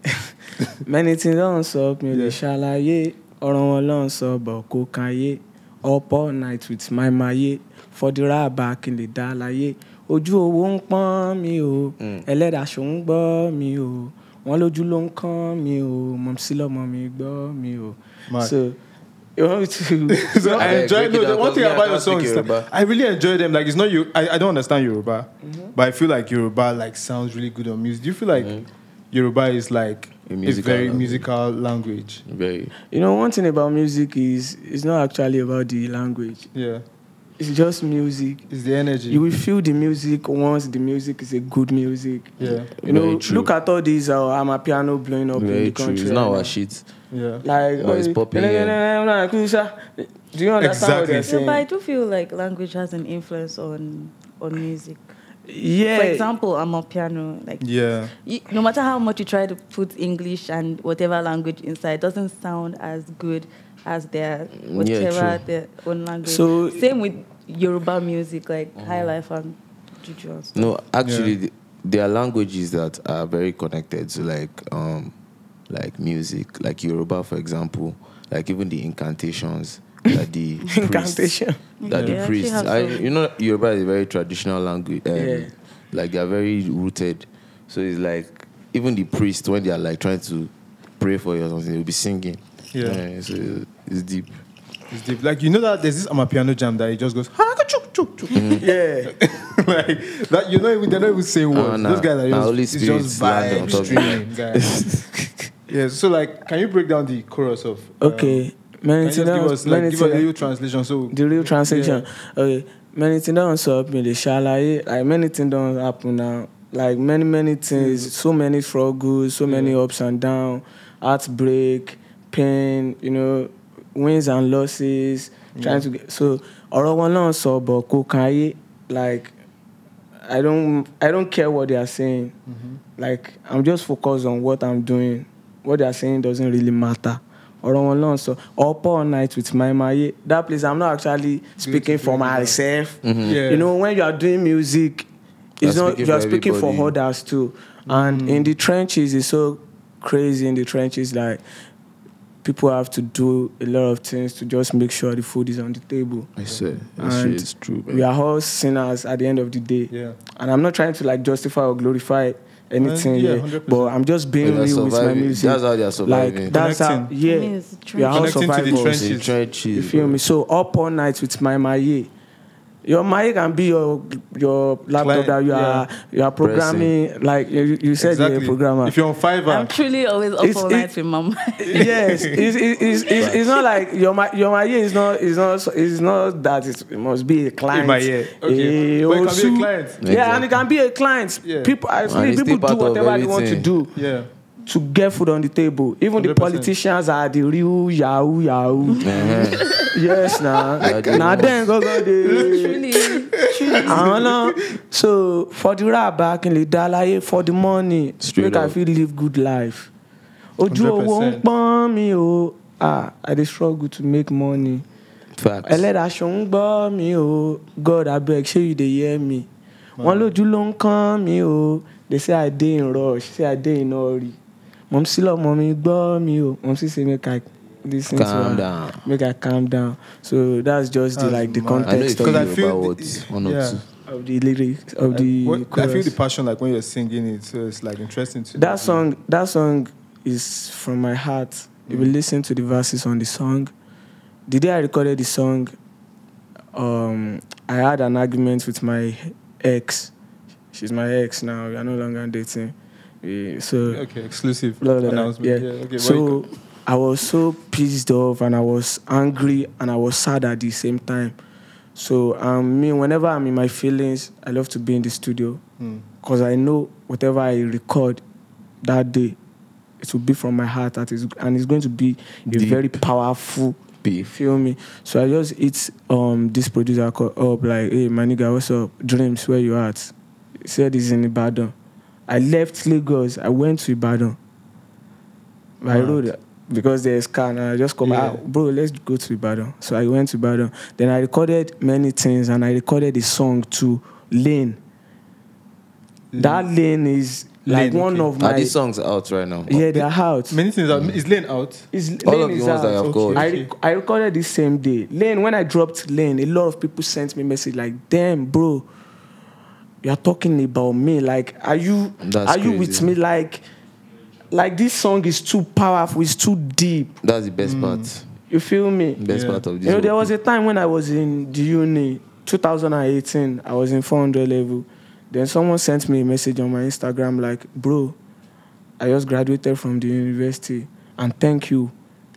Speaker 1: Many things don't stop me.
Speaker 4: Yeah.
Speaker 1: Yeah. Ṣàlàyé ọ̀rọ̀ wọn ló ń sọ bọ̀ kó kan yé. Up all night with my maye. Fọdúrà bá kí n lè dá láyé. Ojú owó ń pọ́n mi o.
Speaker 4: Hmm.
Speaker 1: Ẹlẹ́dàṣọ ń gbọ́ mi o. Wọ́n lójú ló ń kán mi o. Mọ̀mísí lọ́mọ mi gbọ́ mi o.
Speaker 4: Mad.
Speaker 1: So, you want me to...
Speaker 4: so I
Speaker 5: Yeah,
Speaker 4: enjoy
Speaker 5: break it
Speaker 4: no, the
Speaker 5: down,
Speaker 4: one
Speaker 5: 'cause
Speaker 4: thing
Speaker 5: me, I
Speaker 4: about your
Speaker 5: can't speak
Speaker 4: songs is that
Speaker 5: Yoruba.
Speaker 4: I really enjoy them. Like it's not you I, I don't understand Yoruba.
Speaker 5: Mm-hmm.
Speaker 4: But I feel like Yoruba like sounds really good on music. Do you feel like Yoruba is like
Speaker 5: A
Speaker 4: a,
Speaker 5: musical
Speaker 4: very
Speaker 5: language.
Speaker 4: musical language?
Speaker 5: Very.
Speaker 1: You know, one thing about music is it's not actually about the language.
Speaker 4: Yeah.
Speaker 1: It's just music.
Speaker 4: It's the energy.
Speaker 1: You will feel the music once the music is a good music.
Speaker 4: yeah.
Speaker 1: You know,
Speaker 5: Very true.
Speaker 1: look at all these uh, I'm a piano blowing up in
Speaker 5: Very
Speaker 1: the
Speaker 5: true.
Speaker 1: country.
Speaker 5: It's not
Speaker 1: right
Speaker 5: our
Speaker 1: now.
Speaker 5: shit.
Speaker 4: Yeah.
Speaker 1: Like,
Speaker 5: But it's
Speaker 1: oh,
Speaker 5: popping,
Speaker 1: Do you understand what
Speaker 4: Exactly.
Speaker 1: they're
Speaker 4: No,
Speaker 2: No, but I
Speaker 1: saying?
Speaker 2: do feel like language has an influence on on music.
Speaker 1: Yeah.
Speaker 2: For example, I'm a piano. Like,
Speaker 4: Yeah.
Speaker 2: you, no matter how much you try to put English and whatever language inside, it doesn't sound as good as their whatever
Speaker 5: true.
Speaker 2: their own language.
Speaker 1: So-
Speaker 2: same with Yoruba music, like
Speaker 5: Uh-huh.
Speaker 2: High Life and Juju. and stuff.
Speaker 5: No, actually, th- there are languages that are very connected to like, um, like music, like Yoruba, for example, like even the incantations that the priests-
Speaker 1: Incantation.
Speaker 5: that
Speaker 2: Yeah.
Speaker 5: the
Speaker 2: They actually
Speaker 5: priests,
Speaker 2: have
Speaker 5: I,
Speaker 2: some-
Speaker 5: you know, Yoruba is a very traditional language, um,
Speaker 1: Yeah.
Speaker 5: like they are very rooted. So it's like even the priests when they are like trying to pray for you or something, they'll be singing.
Speaker 4: Yeah.
Speaker 5: so it's deep.
Speaker 4: It's deep. Like you know that there's this I'm a piano jam that it just goes chuk chuk chuk.
Speaker 5: Mm-hmm.
Speaker 1: Yeah.
Speaker 4: like that you know even they're not even saying
Speaker 5: Ah,
Speaker 4: words.
Speaker 5: nah.
Speaker 4: Those guys are
Speaker 5: Nah,
Speaker 4: just,
Speaker 5: Holy
Speaker 4: it's
Speaker 5: Spirit
Speaker 4: just
Speaker 5: land on
Speaker 4: vibes
Speaker 5: top of
Speaker 4: streaming, guys. yeah, so like can you break down the chorus of um,
Speaker 1: Okay.
Speaker 4: Can
Speaker 1: Many
Speaker 4: you just
Speaker 1: things.
Speaker 4: give us like
Speaker 1: many
Speaker 4: give us a
Speaker 1: things-
Speaker 4: little translation so
Speaker 1: the real transaction. Okay, many things don't stop me. The shalaye, like many things don't happen now. Like many many things, so many struggles, so many ups and downs, heartbreak, pain. You know, wins and losses. Trying to get so. Ọ̀rọ̀ wọn náà sọ bọ̀ kó kan ayé like I don't I don't care what they are saying. Like I'm just focused on what I'm doing. What they are saying doesn't really matter. Ọ̀rọ̀ wọn náà sọ up all night with my maye. That place I'm not actually speaking for myself.
Speaker 4: Yeah.
Speaker 1: You know when you are doing music, it's
Speaker 5: Mm-hmm.
Speaker 1: not
Speaker 5: You're speaking
Speaker 1: you are
Speaker 5: for
Speaker 1: speaking for
Speaker 5: everybody.
Speaker 1: others too. And in the trenches, it's so crazy in the trenches. Like people have to do a lot of things to just make sure the food is on the table.
Speaker 5: I swear,
Speaker 1: And
Speaker 5: it's true.
Speaker 1: We are all sinners at the end of the day.
Speaker 4: Yeah.
Speaker 1: And I'm not trying to like justify or glorify anything
Speaker 4: yeah,
Speaker 1: here,
Speaker 4: 100%.
Speaker 1: but I'm just being
Speaker 5: They are
Speaker 1: real with my
Speaker 5: surviving.
Speaker 1: music.
Speaker 5: That's how they are surviving.
Speaker 1: Like that's how,
Speaker 4: Connecting.
Speaker 1: yeah,
Speaker 2: I mean, it's
Speaker 1: we are all
Speaker 4: Connecting to the
Speaker 1: survivors.
Speaker 4: trenches.
Speaker 5: Trenches,
Speaker 1: You feel me? So up all night with my maye. Your mic can be your your laptop
Speaker 4: Client,
Speaker 1: that you
Speaker 4: yeah.
Speaker 1: are you are programming. Like you, you said, you're a programmer.
Speaker 4: If you're on
Speaker 2: I'm
Speaker 4: Fiverr,
Speaker 2: truly always up
Speaker 1: It's-
Speaker 2: all
Speaker 1: it-
Speaker 2: night with mom.
Speaker 1: yes, it's, it's, it's, it's, it's not like your my your my ear is not is not so- it's not that it's, it must be a client.
Speaker 4: my ear. Okay.
Speaker 1: Eh,
Speaker 4: But it can be a
Speaker 1: also-
Speaker 4: client.
Speaker 1: Yeah, and it can be a client.
Speaker 4: Yeah.
Speaker 1: People, I
Speaker 5: it's
Speaker 1: think people
Speaker 5: still
Speaker 1: do
Speaker 5: part of
Speaker 1: whatever they want to
Speaker 5: everything.
Speaker 1: do
Speaker 4: yeah.
Speaker 1: to get food on the table. Even the
Speaker 4: 100%.
Speaker 1: politicians are the real yahoo yahoo.
Speaker 5: Uh-huh.
Speaker 1: yes, now
Speaker 5: the
Speaker 1: now then go go dey.
Speaker 2: truly.
Speaker 1: àwọn náà so for the raba kí n lè dá láyé for the money
Speaker 5: Straight
Speaker 1: make i
Speaker 5: up.
Speaker 1: fit live good life ojú owó ń
Speaker 4: 100%.
Speaker 1: pọ́n mi o ah i dey struggle to make money
Speaker 5: Facts.
Speaker 1: ẹlẹ́dàṣọ ń gbọ́ mi o god abeg ṣé you dey hear me wọ́n lójú ló ń kán mi o they say i dey in rush say i dey in hurry mọ̀mí sí lọ́mọ mi gbọ́ mi o mọ̀mí sí say make i lis ten to
Speaker 5: Calm
Speaker 1: am
Speaker 5: down.
Speaker 1: make i calm down so that's just the
Speaker 4: That's
Speaker 1: like the
Speaker 4: mad. I know
Speaker 5: I know
Speaker 1: context
Speaker 5: it's
Speaker 1: of
Speaker 4: Because
Speaker 5: because
Speaker 4: I feel
Speaker 5: I feel about
Speaker 4: the-
Speaker 5: what, one or
Speaker 4: yeah.
Speaker 5: two.
Speaker 1: of the lyrics of the
Speaker 4: Uh, What- I feel
Speaker 1: chorus.
Speaker 4: the passion like when you're singing it, so it's like interesting to
Speaker 1: that song that song is from my heart if
Speaker 4: Mm.
Speaker 1: you listen to the verses on the song the day i recorded the song um i had an argument with my ex she's my ex now we are no longer dating Eh, so
Speaker 4: Okay, exclusive
Speaker 1: blah, blah, blah. Yeah.
Speaker 4: announcement. Yeah. okay. well,
Speaker 1: so I was so pissed off and I was angry and I was sad at the same time. So um, me, whenever I'm in my feelings, I love to be in the studio
Speaker 4: hmm.
Speaker 1: because I know whatever I record that day, it will be from my heart that is, and it's going to be a very powerful. You
Speaker 5: Beef.
Speaker 1: feel me? So I just hit um this producer call up like, hey my nigga, what's up? Dreams, where you at? He said he's in Ibadan. I left Lagos. I went to Ibadan. I
Speaker 4: Mad.
Speaker 1: rode because there's car and I just come
Speaker 4: Yeah.
Speaker 1: out, bro. Let's go to Ibadan. So I went to Ibadan. Then I recorded many things and I recorded a song to Lane. That Lane is like
Speaker 4: Lane,
Speaker 1: one
Speaker 4: okay.
Speaker 1: of
Speaker 5: Are
Speaker 1: my
Speaker 5: these songs out right now?
Speaker 1: yeah. They're out.
Speaker 4: many things are, is Lane out.
Speaker 1: It's-
Speaker 5: All
Speaker 1: Lane
Speaker 5: of the
Speaker 1: is
Speaker 5: ones that I
Speaker 1: out.
Speaker 5: have
Speaker 4: Okay.
Speaker 5: got.
Speaker 1: I, rec- I recorded the same day. Lane, when I dropped Lane, a lot of people sent me message like, "Damn, bro, you're talking about me. Like, are you
Speaker 5: That's
Speaker 1: are you with
Speaker 5: crazy.
Speaker 1: me? Like, like this song is too powerful. It's too deep.
Speaker 5: That's the best part.
Speaker 1: You feel me?
Speaker 5: Best
Speaker 4: Yeah.
Speaker 5: part of this.
Speaker 1: Mm. You know, there
Speaker 5: whole
Speaker 1: was a time when I was in the uni, 2018. I was in 400 level. Then someone sent me a message on my Instagram like, "Bro, I just graduated from the university, and thank you,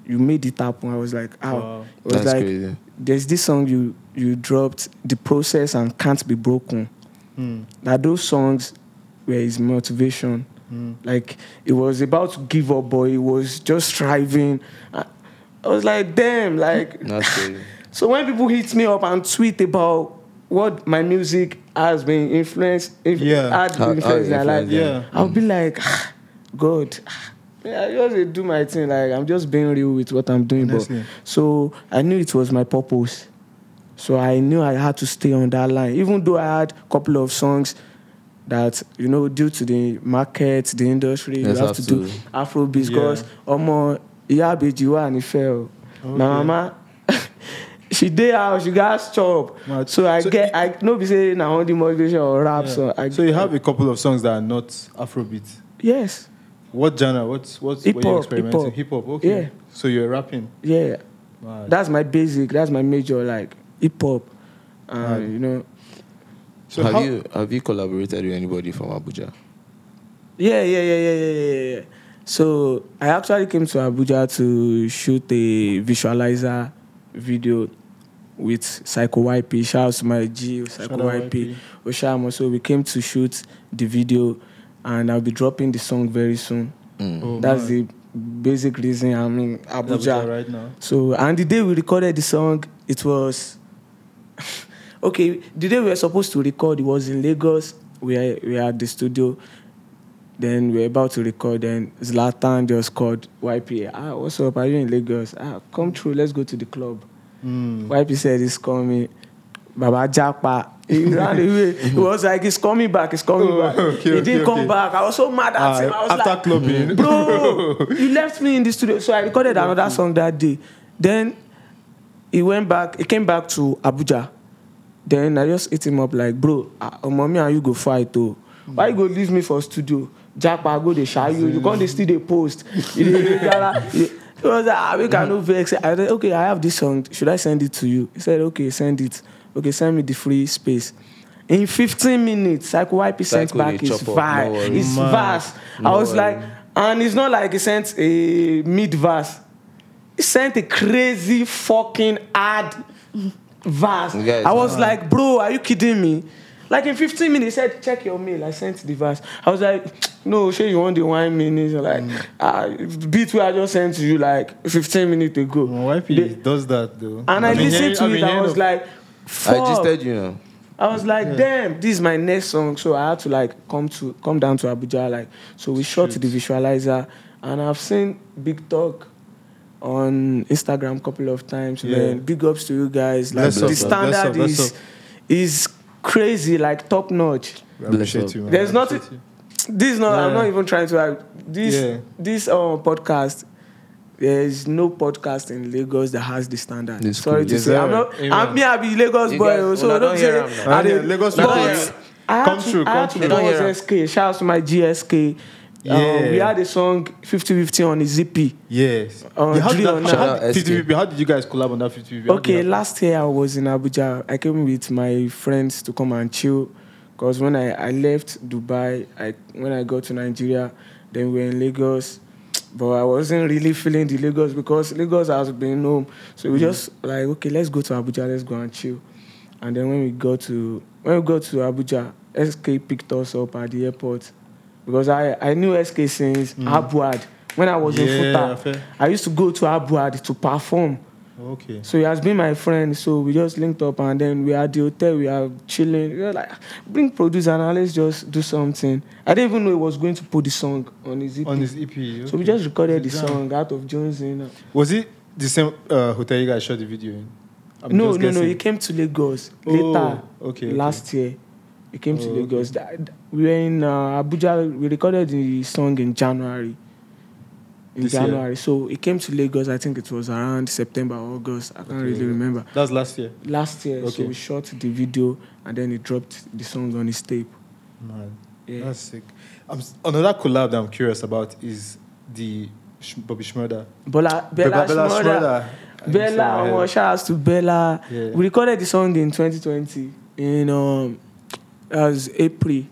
Speaker 1: you made it happen." I was like, "How?"
Speaker 4: Wow.
Speaker 1: It was
Speaker 5: That's
Speaker 1: like,
Speaker 5: crazy.
Speaker 1: "There's this song you you dropped, the process and can't be broken."
Speaker 4: Hmm.
Speaker 1: That those songs were his motivation. Like it was about to give up, but he was just striving. I, I was like, "Damn!" Like
Speaker 5: That's crazy.
Speaker 1: so when people hit me up and tweet about what my music has been influenced, if
Speaker 4: Yeah.
Speaker 1: had
Speaker 5: How- how it
Speaker 1: influenced their life,
Speaker 5: influenced
Speaker 4: them. Yeah.
Speaker 1: I'll be like, "Ah, God, ah, I just dey do my thing. Like I'm just being real with what I'm doing. But
Speaker 4: Honestly.
Speaker 1: so I knew it was my purpose. So I knew I had to stay on that line, even though I had a couple of songs that you know due to the market, the industry,
Speaker 5: Yes,
Speaker 1: you have to do Afrobeat
Speaker 4: Yeah.
Speaker 1: because ọmọ ìyá àbèjì wà ní fẹ́ o na mama she dey house she gats chop
Speaker 4: Ma-
Speaker 1: so i
Speaker 4: so
Speaker 1: get i no be say na only motivation or rap
Speaker 4: Yeah.
Speaker 1: song i
Speaker 4: so you have a couple of songs that are not Afrobeat.
Speaker 1: yes
Speaker 4: What genre? What's what's what
Speaker 1: Hip-hop,
Speaker 4: you experimenting?
Speaker 1: hip-hop.
Speaker 4: Hip hop. Okay.
Speaker 1: Yeah.
Speaker 4: So you're rapping.
Speaker 1: yeah
Speaker 4: Wow.
Speaker 1: that's my basic that's my major like hip hop and
Speaker 4: Right.
Speaker 1: you know
Speaker 4: so
Speaker 5: have
Speaker 4: how,
Speaker 5: you have you collaborated with anybody from Abuja?
Speaker 1: yeah yeah yeah yeah yeah yeah yeah so i actually came to abuja to shoot a visualizer video with Psycho YP. Shout out to my G, Psycho
Speaker 4: Shout out
Speaker 1: YP,
Speaker 4: YP.
Speaker 1: Oshamo. So we came to shoot the video, and I'll be dropping the song very soon.
Speaker 5: Hmm.
Speaker 4: Oh,
Speaker 1: That's the
Speaker 4: man.
Speaker 1: basic reason I'm in Abuja.
Speaker 4: Abuja right now.
Speaker 1: So, and the day we recorded the song, it was okay. The day we were supposed to record, it was in Lagos. We are, we are at the studio. Then we were about to record. Then Zlatan just called YP. Ah, what's up? Are you in Lagos? Ah, come through. Let's go to the club.
Speaker 4: Mm.
Speaker 1: YP said he's coming. Baba Japa. He ran away. He was like, he's coming back. He's coming
Speaker 4: Oh,
Speaker 1: back.
Speaker 4: okay,
Speaker 1: he
Speaker 4: okay,
Speaker 1: didn't come
Speaker 4: okay.
Speaker 1: back. I was so mad at
Speaker 4: Ah,
Speaker 1: him. I was
Speaker 4: after
Speaker 1: like,
Speaker 4: clubbing.
Speaker 1: bro, you left me in the studio. So I recorded another song that day. Then he went back. He came back to Abuja. Then I just hit him up like, bro, ah, omo, me and you go fight though. Why you go leave me for studio? Japa go dey shy you. You come dey still dey post. You dey dey gala. He was like, ah, we can no vex. I said, okay, I have this song. Should I send it to you? He said, okay, send it. okay, send me the free space. In 15 minutes, Psycho YP sent
Speaker 5: Psycho
Speaker 1: back
Speaker 5: dey
Speaker 1: his
Speaker 5: chop up,
Speaker 1: vibe.
Speaker 5: no worry.
Speaker 1: his
Speaker 4: Man.
Speaker 1: verse. I was like, and it's not like he sent a mid verse. He sent a crazy fucking hard verse.
Speaker 5: You guys
Speaker 1: I was like, bro, are you kidding me? Like in 15 minutes, he said, check your mail. I sent the verse. I was like, no, sure you want the one minute. Like,
Speaker 4: Mm.
Speaker 1: ah, beat where I just sent to you like 15 minutes ago.
Speaker 4: My wife
Speaker 1: They-
Speaker 4: does that though.
Speaker 1: and I
Speaker 4: I've been
Speaker 1: listened to
Speaker 4: hearing- I've
Speaker 1: it.
Speaker 4: been
Speaker 1: I
Speaker 4: hearing
Speaker 1: was
Speaker 4: of-
Speaker 1: like,
Speaker 5: I
Speaker 1: fuck.
Speaker 5: just said you know.
Speaker 1: I was like, damn, this is my next song. So I had to like come to come down to Abuja. Like, so we shot the visualizer, and I've seen Big Talk on Instagram a couple of times.
Speaker 4: Yeah.
Speaker 1: Man, big ups to you guys. Like,
Speaker 4: Bless
Speaker 1: the
Speaker 4: up, man. Bless
Speaker 1: standard
Speaker 4: up, bless
Speaker 1: is
Speaker 4: up.
Speaker 1: is crazy, like top notch.
Speaker 4: I appreciate
Speaker 5: up.
Speaker 4: you, man.
Speaker 1: There's
Speaker 4: I
Speaker 1: nothing-
Speaker 4: appreciate
Speaker 1: This is not. I'm
Speaker 4: Yeah.
Speaker 1: not even trying to. Like, this
Speaker 4: Yeah.
Speaker 1: this uh, podcast. There is no podcast in Lagos that has the standard.
Speaker 5: It's
Speaker 1: Sorry
Speaker 5: cool.
Speaker 1: to
Speaker 4: Yes,
Speaker 1: say, I'm
Speaker 4: sir.
Speaker 1: not.
Speaker 4: Amen.
Speaker 1: I'm me. I be Lagos
Speaker 5: You
Speaker 1: boy.
Speaker 5: guys-
Speaker 1: oh, so
Speaker 5: una
Speaker 1: don't,
Speaker 5: don
Speaker 1: say.
Speaker 5: hear am now.
Speaker 1: I
Speaker 4: Una
Speaker 1: dey-
Speaker 4: hear- Lagos
Speaker 1: but
Speaker 4: people hear am.
Speaker 1: I had
Speaker 4: Come
Speaker 1: to,
Speaker 4: true,
Speaker 1: I had
Speaker 4: come
Speaker 1: to
Speaker 4: true.
Speaker 1: go
Speaker 5: Una don hear am.
Speaker 1: SK. Shout out to my GSK. Um,
Speaker 4: Yeah.
Speaker 1: we had a song 50-50 on his EP.
Speaker 4: Yes.
Speaker 1: Uh,
Speaker 4: Yeah, how, did
Speaker 1: Drill on
Speaker 4: that, how,
Speaker 5: that.
Speaker 4: did 50 people- how did you guys collab on that 50 people? How did
Speaker 1: Okay,
Speaker 4: that-
Speaker 1: last year I was in Abuja. I came with my friends to come and chill. Cause when I, I left Dubai, I when I got to Nigeria, then we were in Lagos. But I wasn't really feeling the Lagos because Lagos has been home. So we just like, okay, let's go to Abuja, let's go and chill. And then when we got to when we got to Abuja, SK picked us up at the airport. Because I, I knew SK since Abuad. When I was
Speaker 4: Yeah,
Speaker 1: in
Speaker 4: I feel-
Speaker 1: Futa, I used to go to Abuad to perform.
Speaker 4: Okay.
Speaker 1: So he has been my friend. So we just linked up and then we are at the hotel, we are chilling. We were like, bring producer and let's just do something. I didn't even know he was going to put the song on his EP.
Speaker 4: On his EP.
Speaker 1: So we
Speaker 4: okay.
Speaker 1: just recorded the
Speaker 4: Damn.
Speaker 1: song out of Jones in.
Speaker 4: Was it the same uh, hotel you guys shot the video in? I'm
Speaker 1: No,
Speaker 4: just
Speaker 1: no, no. He
Speaker 4: guessing.
Speaker 1: came to Lagos
Speaker 4: Oh,
Speaker 1: later
Speaker 4: okay, okay.
Speaker 1: last year. He came to
Speaker 4: Oh,
Speaker 1: Lagos. Th- th- We were in uh, Abuja. We recorded the song in January. In
Speaker 4: This year?
Speaker 1: January. So he came to Lagos. I think it was around September, August. I can't really remember.
Speaker 4: That was last year.
Speaker 1: last year. So
Speaker 4: Okay.
Speaker 1: we shot the video and then he dropped the song on his tape.
Speaker 4: Man,
Speaker 1: Yeah.
Speaker 4: that's sick. I'm, s- another collab that I'm curious about is the Sh- Bobby Schmurder.
Speaker 1: Bella, Bella, Shmurda. Bella,
Speaker 5: oh,
Speaker 1: um, shout outs to Bella.
Speaker 4: Yeah.
Speaker 1: We recorded the song in 2020 in um, as April,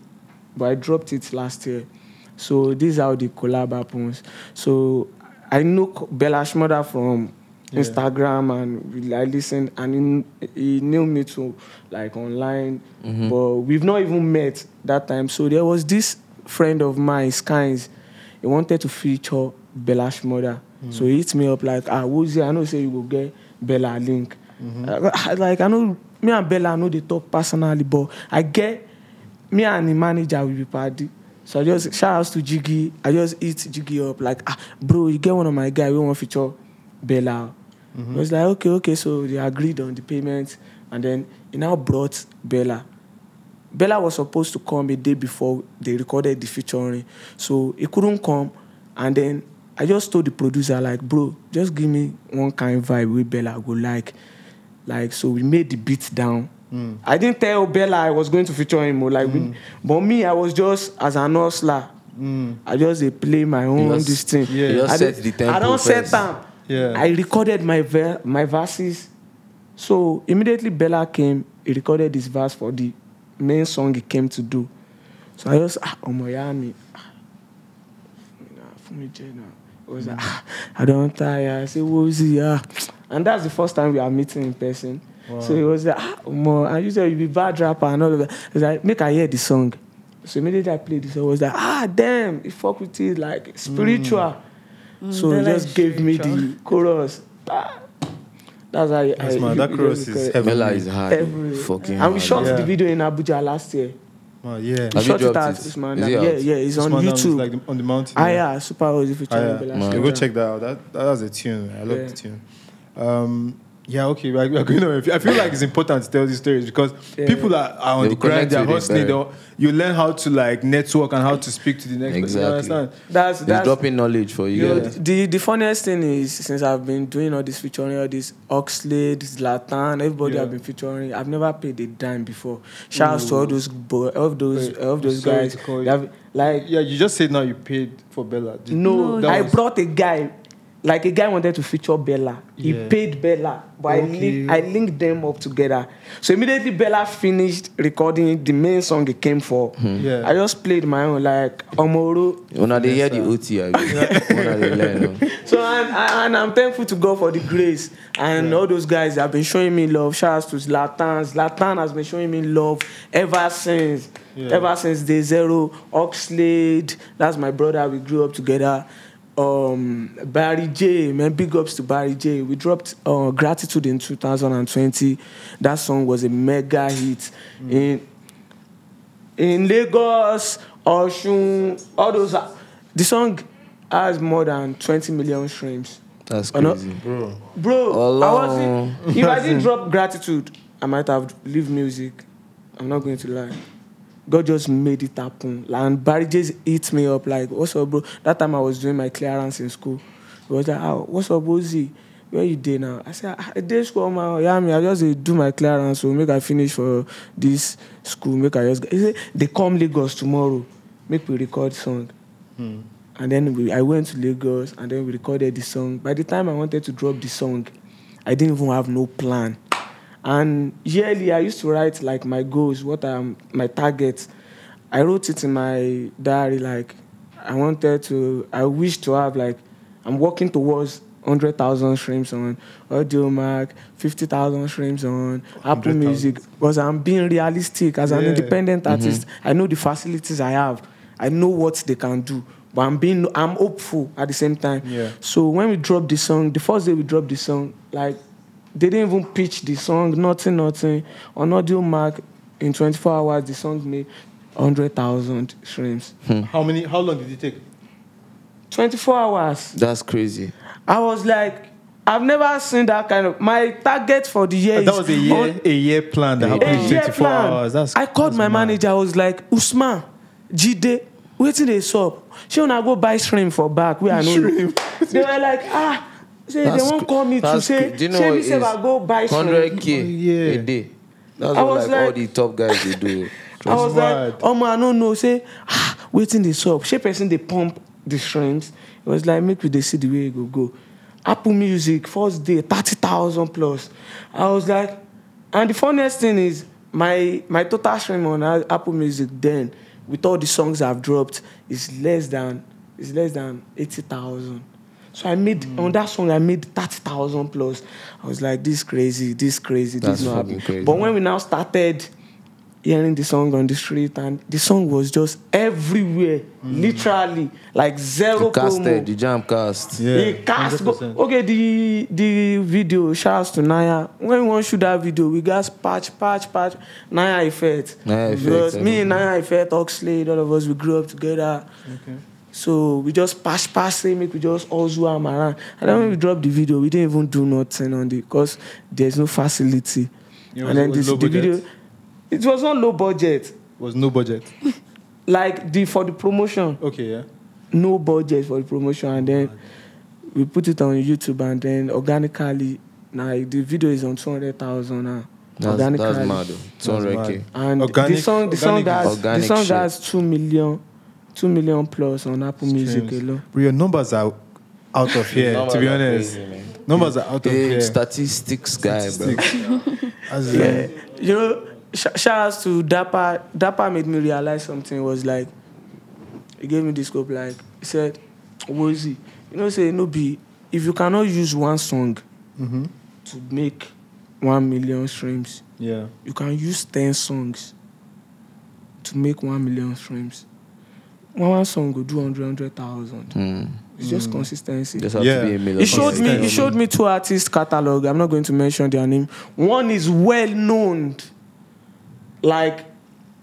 Speaker 1: but I dropped it last year. So this is how the collab happens. So I know K- Bella Shmurda from
Speaker 4: Yeah.
Speaker 1: Instagram and we, I listened and he, he knew me too, like online, but we've not even met that time. So there was this friend of mine, Skines, he wanted to feature Bella Shmurda. So he hit me up like, ah, Woozy, I know say you go get Bella link. I- I- like I know me and Bella, I know they talk personally, but I get me and the manager will be party. So I just shout outs to Jiggy. I just eat Jiggy up like, ah, bro, you get one of my guy. We want to feature Bella. I was like, okay, okay. So they agreed on the payment, and then he now brought Bella. Bella was supposed to come a day before they recorded the featuring, so he couldn't come. And then I just told the producer like, bro, just give me one kind vibe with Bella go like, like. So we made the beat down.
Speaker 5: Hmm.
Speaker 1: I didn't tell Bella I was going to feature him, oh, like, we, but me I was just as an hustler. I just dey play my own
Speaker 5: Hmm. just-
Speaker 1: this thing.
Speaker 4: you
Speaker 5: just
Speaker 1: I
Speaker 5: set
Speaker 1: don't-
Speaker 5: the tempo
Speaker 1: I don't set
Speaker 5: first.
Speaker 1: time.
Speaker 4: Yeah.
Speaker 1: I recorded my ver- my verses. So immediately Bella came, he recorded his verse for the main song he came to do. So I just ah ọmọ ya mi ah mi na fún mi jẹ na I was like ah I don tire I say Woozy ah and that's the first time we are meeting in person. Wow. So he was like ah ọmọ and you say you be bad rapper and all of that. I was like make I hear the song. So immediately I played the song I was like ah damn he fuck with it like spiritual. Mm. So he
Speaker 6: Bella
Speaker 1: just
Speaker 6: is
Speaker 1: gave me the
Speaker 6: spiritual.
Speaker 1: chorus. Ah. That's how I,
Speaker 4: That's
Speaker 1: I,
Speaker 4: mad.
Speaker 1: you-
Speaker 4: That
Speaker 1: you
Speaker 4: chorus
Speaker 1: just-
Speaker 4: is heavy.
Speaker 5: Bella is hard. oh,
Speaker 1: Every-
Speaker 5: Fucking
Speaker 1: and we
Speaker 5: hard,
Speaker 1: shot
Speaker 5: oh.
Speaker 4: Yeah.
Speaker 1: the video in Abuja last year.
Speaker 4: Oh, yeah.
Speaker 5: Have
Speaker 1: we
Speaker 5: you
Speaker 1: shot it
Speaker 5: dropped
Speaker 1: at
Speaker 5: it?
Speaker 1: Usman.
Speaker 5: Is it
Speaker 1: yeah,
Speaker 5: out?
Speaker 1: yeah, it's on
Speaker 4: Usman Dam is
Speaker 1: YouTube.
Speaker 4: Like the, on the mountain.
Speaker 1: Ah, yeah, super Ozi featuring
Speaker 4: Ah,
Speaker 1: Bella
Speaker 4: yeah.
Speaker 1: Shmurda.
Speaker 4: You go check that out. That, that was a tune. I love
Speaker 1: Yeah.
Speaker 4: the tune. Um, yeah, okay. We are, we are going on. I feel like it's important to tell these stories because
Speaker 1: Yeah.
Speaker 4: people are, are on the
Speaker 5: They will
Speaker 4: grind.
Speaker 5: connect
Speaker 4: They're
Speaker 5: with it,
Speaker 4: hustling.
Speaker 5: right.
Speaker 4: they're- You learn how to like network and how to speak to the next person.
Speaker 5: Exactly.
Speaker 4: You understand?
Speaker 1: That's
Speaker 5: He's
Speaker 1: that's
Speaker 5: dropping knowledge for you
Speaker 1: you know,
Speaker 5: guys.
Speaker 1: the the funniest thing is since I've been doing all this featuring all this Oxlade, Zlatan, everybody
Speaker 4: Yeah.
Speaker 1: I've been featuring, I've never paid a dime before. Shouts to all those boy, all those
Speaker 4: Wait,
Speaker 1: all those
Speaker 4: sorry
Speaker 1: guys.
Speaker 4: to call you.
Speaker 1: They have- like
Speaker 4: Yeah, you just said now you paid for Bella. Did-
Speaker 1: no,
Speaker 4: that
Speaker 1: I
Speaker 4: was-
Speaker 1: brought a guy. like a guy wanted to feature Bella. He
Speaker 4: Yeah.
Speaker 1: paid Bella, but I,
Speaker 4: Okay.
Speaker 1: link, I linked them up together. So immediately Bella finished recording the main song he came for.
Speaker 4: Yeah.
Speaker 1: I just played my own like Omoro.
Speaker 5: Una dey hear the OT abi? Una dey learn. oh.
Speaker 1: So and, and I'm thankful to God for the grace and all those guys that have been showing me love. Shout out to Zlatan. Zlatan has been showing me love ever since.
Speaker 4: Yeah.
Speaker 1: Ever since day zero. Oxlade, that's my brother. We grew up together. Um, Barry J, man, big ups to Barry J. We dropped uh, Gratitude in 2020. That song was a mega hit. In in Lagos, Oshun, all those. The song has more than 20 million streams.
Speaker 5: That's
Speaker 1: Or not.
Speaker 5: crazy.
Speaker 4: Bro.
Speaker 1: Bro, I
Speaker 5: Alone.
Speaker 1: wasn't. If I didn't drop gratitude, I might have leave music. I'm not going to lie. God just made it happen. Like, and Barry just hit me up like, "What's up, bro?" That time I was doing my clearance in school. He was like, "Ah, "What's up, Ozzy? Where you dey now?" I said, "Ah, "I dey school, man. Yeah, me. I just dey do my clearance, so make I finish for this school. Make I just." go." He said, "They come Lagos tomorrow. Make we record song." And then we, I went to Lagos and then we recorded the song. By the time I wanted to drop the song, I didn't even have no plan. And yearly, I used to write like my goals, what I'm, my targets. I wrote it in my diary like I wanted to, I wish to have like, I'm working towards 100,000 streams on Audio Mac, 50,000 streams on Apple
Speaker 4: 100,000.
Speaker 1: Music. Because I'm being realistic as an
Speaker 4: Yeah.
Speaker 1: independent
Speaker 4: Mm-hmm.
Speaker 1: artist. I know the facilities I have. I know what they can do. But I'm being I'm hopeful at the same time.
Speaker 4: Yeah.
Speaker 1: So when we dropped the song, the first day we dropped the song, like they didn't even pitch the song, nothing, nothing. On audio mark, in 24 hours, the song made 100,000 streams.
Speaker 4: How many? How long did it take?
Speaker 1: 24 hours.
Speaker 5: That's crazy.
Speaker 1: I was like, I've never seen that kind of. My target for the year
Speaker 4: that
Speaker 1: is
Speaker 4: was a year,
Speaker 1: on-
Speaker 4: a year plan that happened
Speaker 1: a
Speaker 4: in
Speaker 1: year
Speaker 4: 24
Speaker 1: plan.
Speaker 4: hours. That's
Speaker 1: I called
Speaker 4: that's
Speaker 1: my
Speaker 4: mad.
Speaker 1: manager. I was like, Usman, Jide, wetin dey sup? Shey una go buy shrimp for back wey I no know. They were like, ah, say they
Speaker 5: That's
Speaker 1: wan
Speaker 5: cr-
Speaker 1: call me to
Speaker 5: that's
Speaker 1: say,
Speaker 5: cra- Do you know
Speaker 1: shey
Speaker 5: what
Speaker 1: me
Speaker 5: it
Speaker 1: sef
Speaker 5: is?
Speaker 1: I go buy shrimp.
Speaker 5: 100k
Speaker 4: Yeah.
Speaker 5: a day. That's
Speaker 1: I
Speaker 5: what
Speaker 1: was
Speaker 5: like, all
Speaker 1: like-
Speaker 5: the top guys they do.
Speaker 1: I was like,
Speaker 4: mad.
Speaker 1: omo, I no know. Say, ah, wetin dey sup? Shey person dey pump the shrimps? It was like, make we dey see the way e go go. Apple Music, first day, 30,000 plus. I was like, and the funniest thing is, my, my total stream on A- Apple Music then, with all the songs I've dropped, is less than, is less than 80,000. So I made,
Speaker 5: Mm.
Speaker 1: on that song, I made 30,000 plus. I was like, this crazy, this crazy,
Speaker 5: That's
Speaker 1: this not
Speaker 5: fucking
Speaker 1: happening.
Speaker 5: crazy.
Speaker 1: But when we now started hearing the song on the street, and the song was just everywhere, literally, like zero
Speaker 5: You casted,
Speaker 1: promo.
Speaker 5: the jam cast.
Speaker 4: Yeah.
Speaker 1: The cast go,
Speaker 4: 100%.
Speaker 1: okay. The the video shouts to Naya. When we want shoot that video, we got patch, patch, patch. Naya effect.
Speaker 5: Naya Effect,
Speaker 1: Because me,
Speaker 5: everything.
Speaker 1: Naya effect, Oxlade, all of us, we grew up together.
Speaker 4: Okay.
Speaker 1: So we just pass pass say make we just all zoom around. And then when we drop the video, we didn't even do nothing on it because there's no facility.
Speaker 4: It was-
Speaker 1: and then
Speaker 4: it was
Speaker 1: this
Speaker 4: low
Speaker 1: the video
Speaker 4: budget?
Speaker 1: it was not low budget.
Speaker 4: Was no budget.
Speaker 1: Like the for the promotion.
Speaker 4: Okay. Yeah.
Speaker 1: No budget for the promotion and then we put it on YouTube and then organically now the video is on two hundred thousand now.
Speaker 5: That's, that's mad. oh.
Speaker 4: That's
Speaker 5: 200k.
Speaker 4: mad.
Speaker 1: And
Speaker 4: Organic-
Speaker 1: the song the song
Speaker 4: organic is-
Speaker 1: has the
Speaker 5: Organic
Speaker 1: song
Speaker 5: shit.
Speaker 1: has two million two million plus on Apple Music
Speaker 4: Streams.
Speaker 1: alone.
Speaker 4: Bro, your numbers are out of here. to be
Speaker 5: Numbers are
Speaker 4: honest,
Speaker 5: crazy, man.
Speaker 4: numbers are out of
Speaker 5: Hey,
Speaker 4: here.
Speaker 5: statistics guy, bro.
Speaker 4: As in-
Speaker 1: Yeah. You know, sh- shout outs to Dapper. Dapper made me realize something was like, he gave me the scope, like, he said, Wozy, you know, say, no, be, if you cannot use one song
Speaker 4: Mhm.
Speaker 1: to make one million streams,
Speaker 4: Yeah.
Speaker 1: you can use 10 songs to make one million streams. One, one song will do 100, 100,000.
Speaker 5: Mm.
Speaker 1: It's just consistency.
Speaker 5: Just have
Speaker 4: Yeah.
Speaker 5: to be a million.
Speaker 1: He showed me. He
Speaker 5: consistent.
Speaker 1: showed me two artists catalog. I'm not going to mention their name. One is well known, like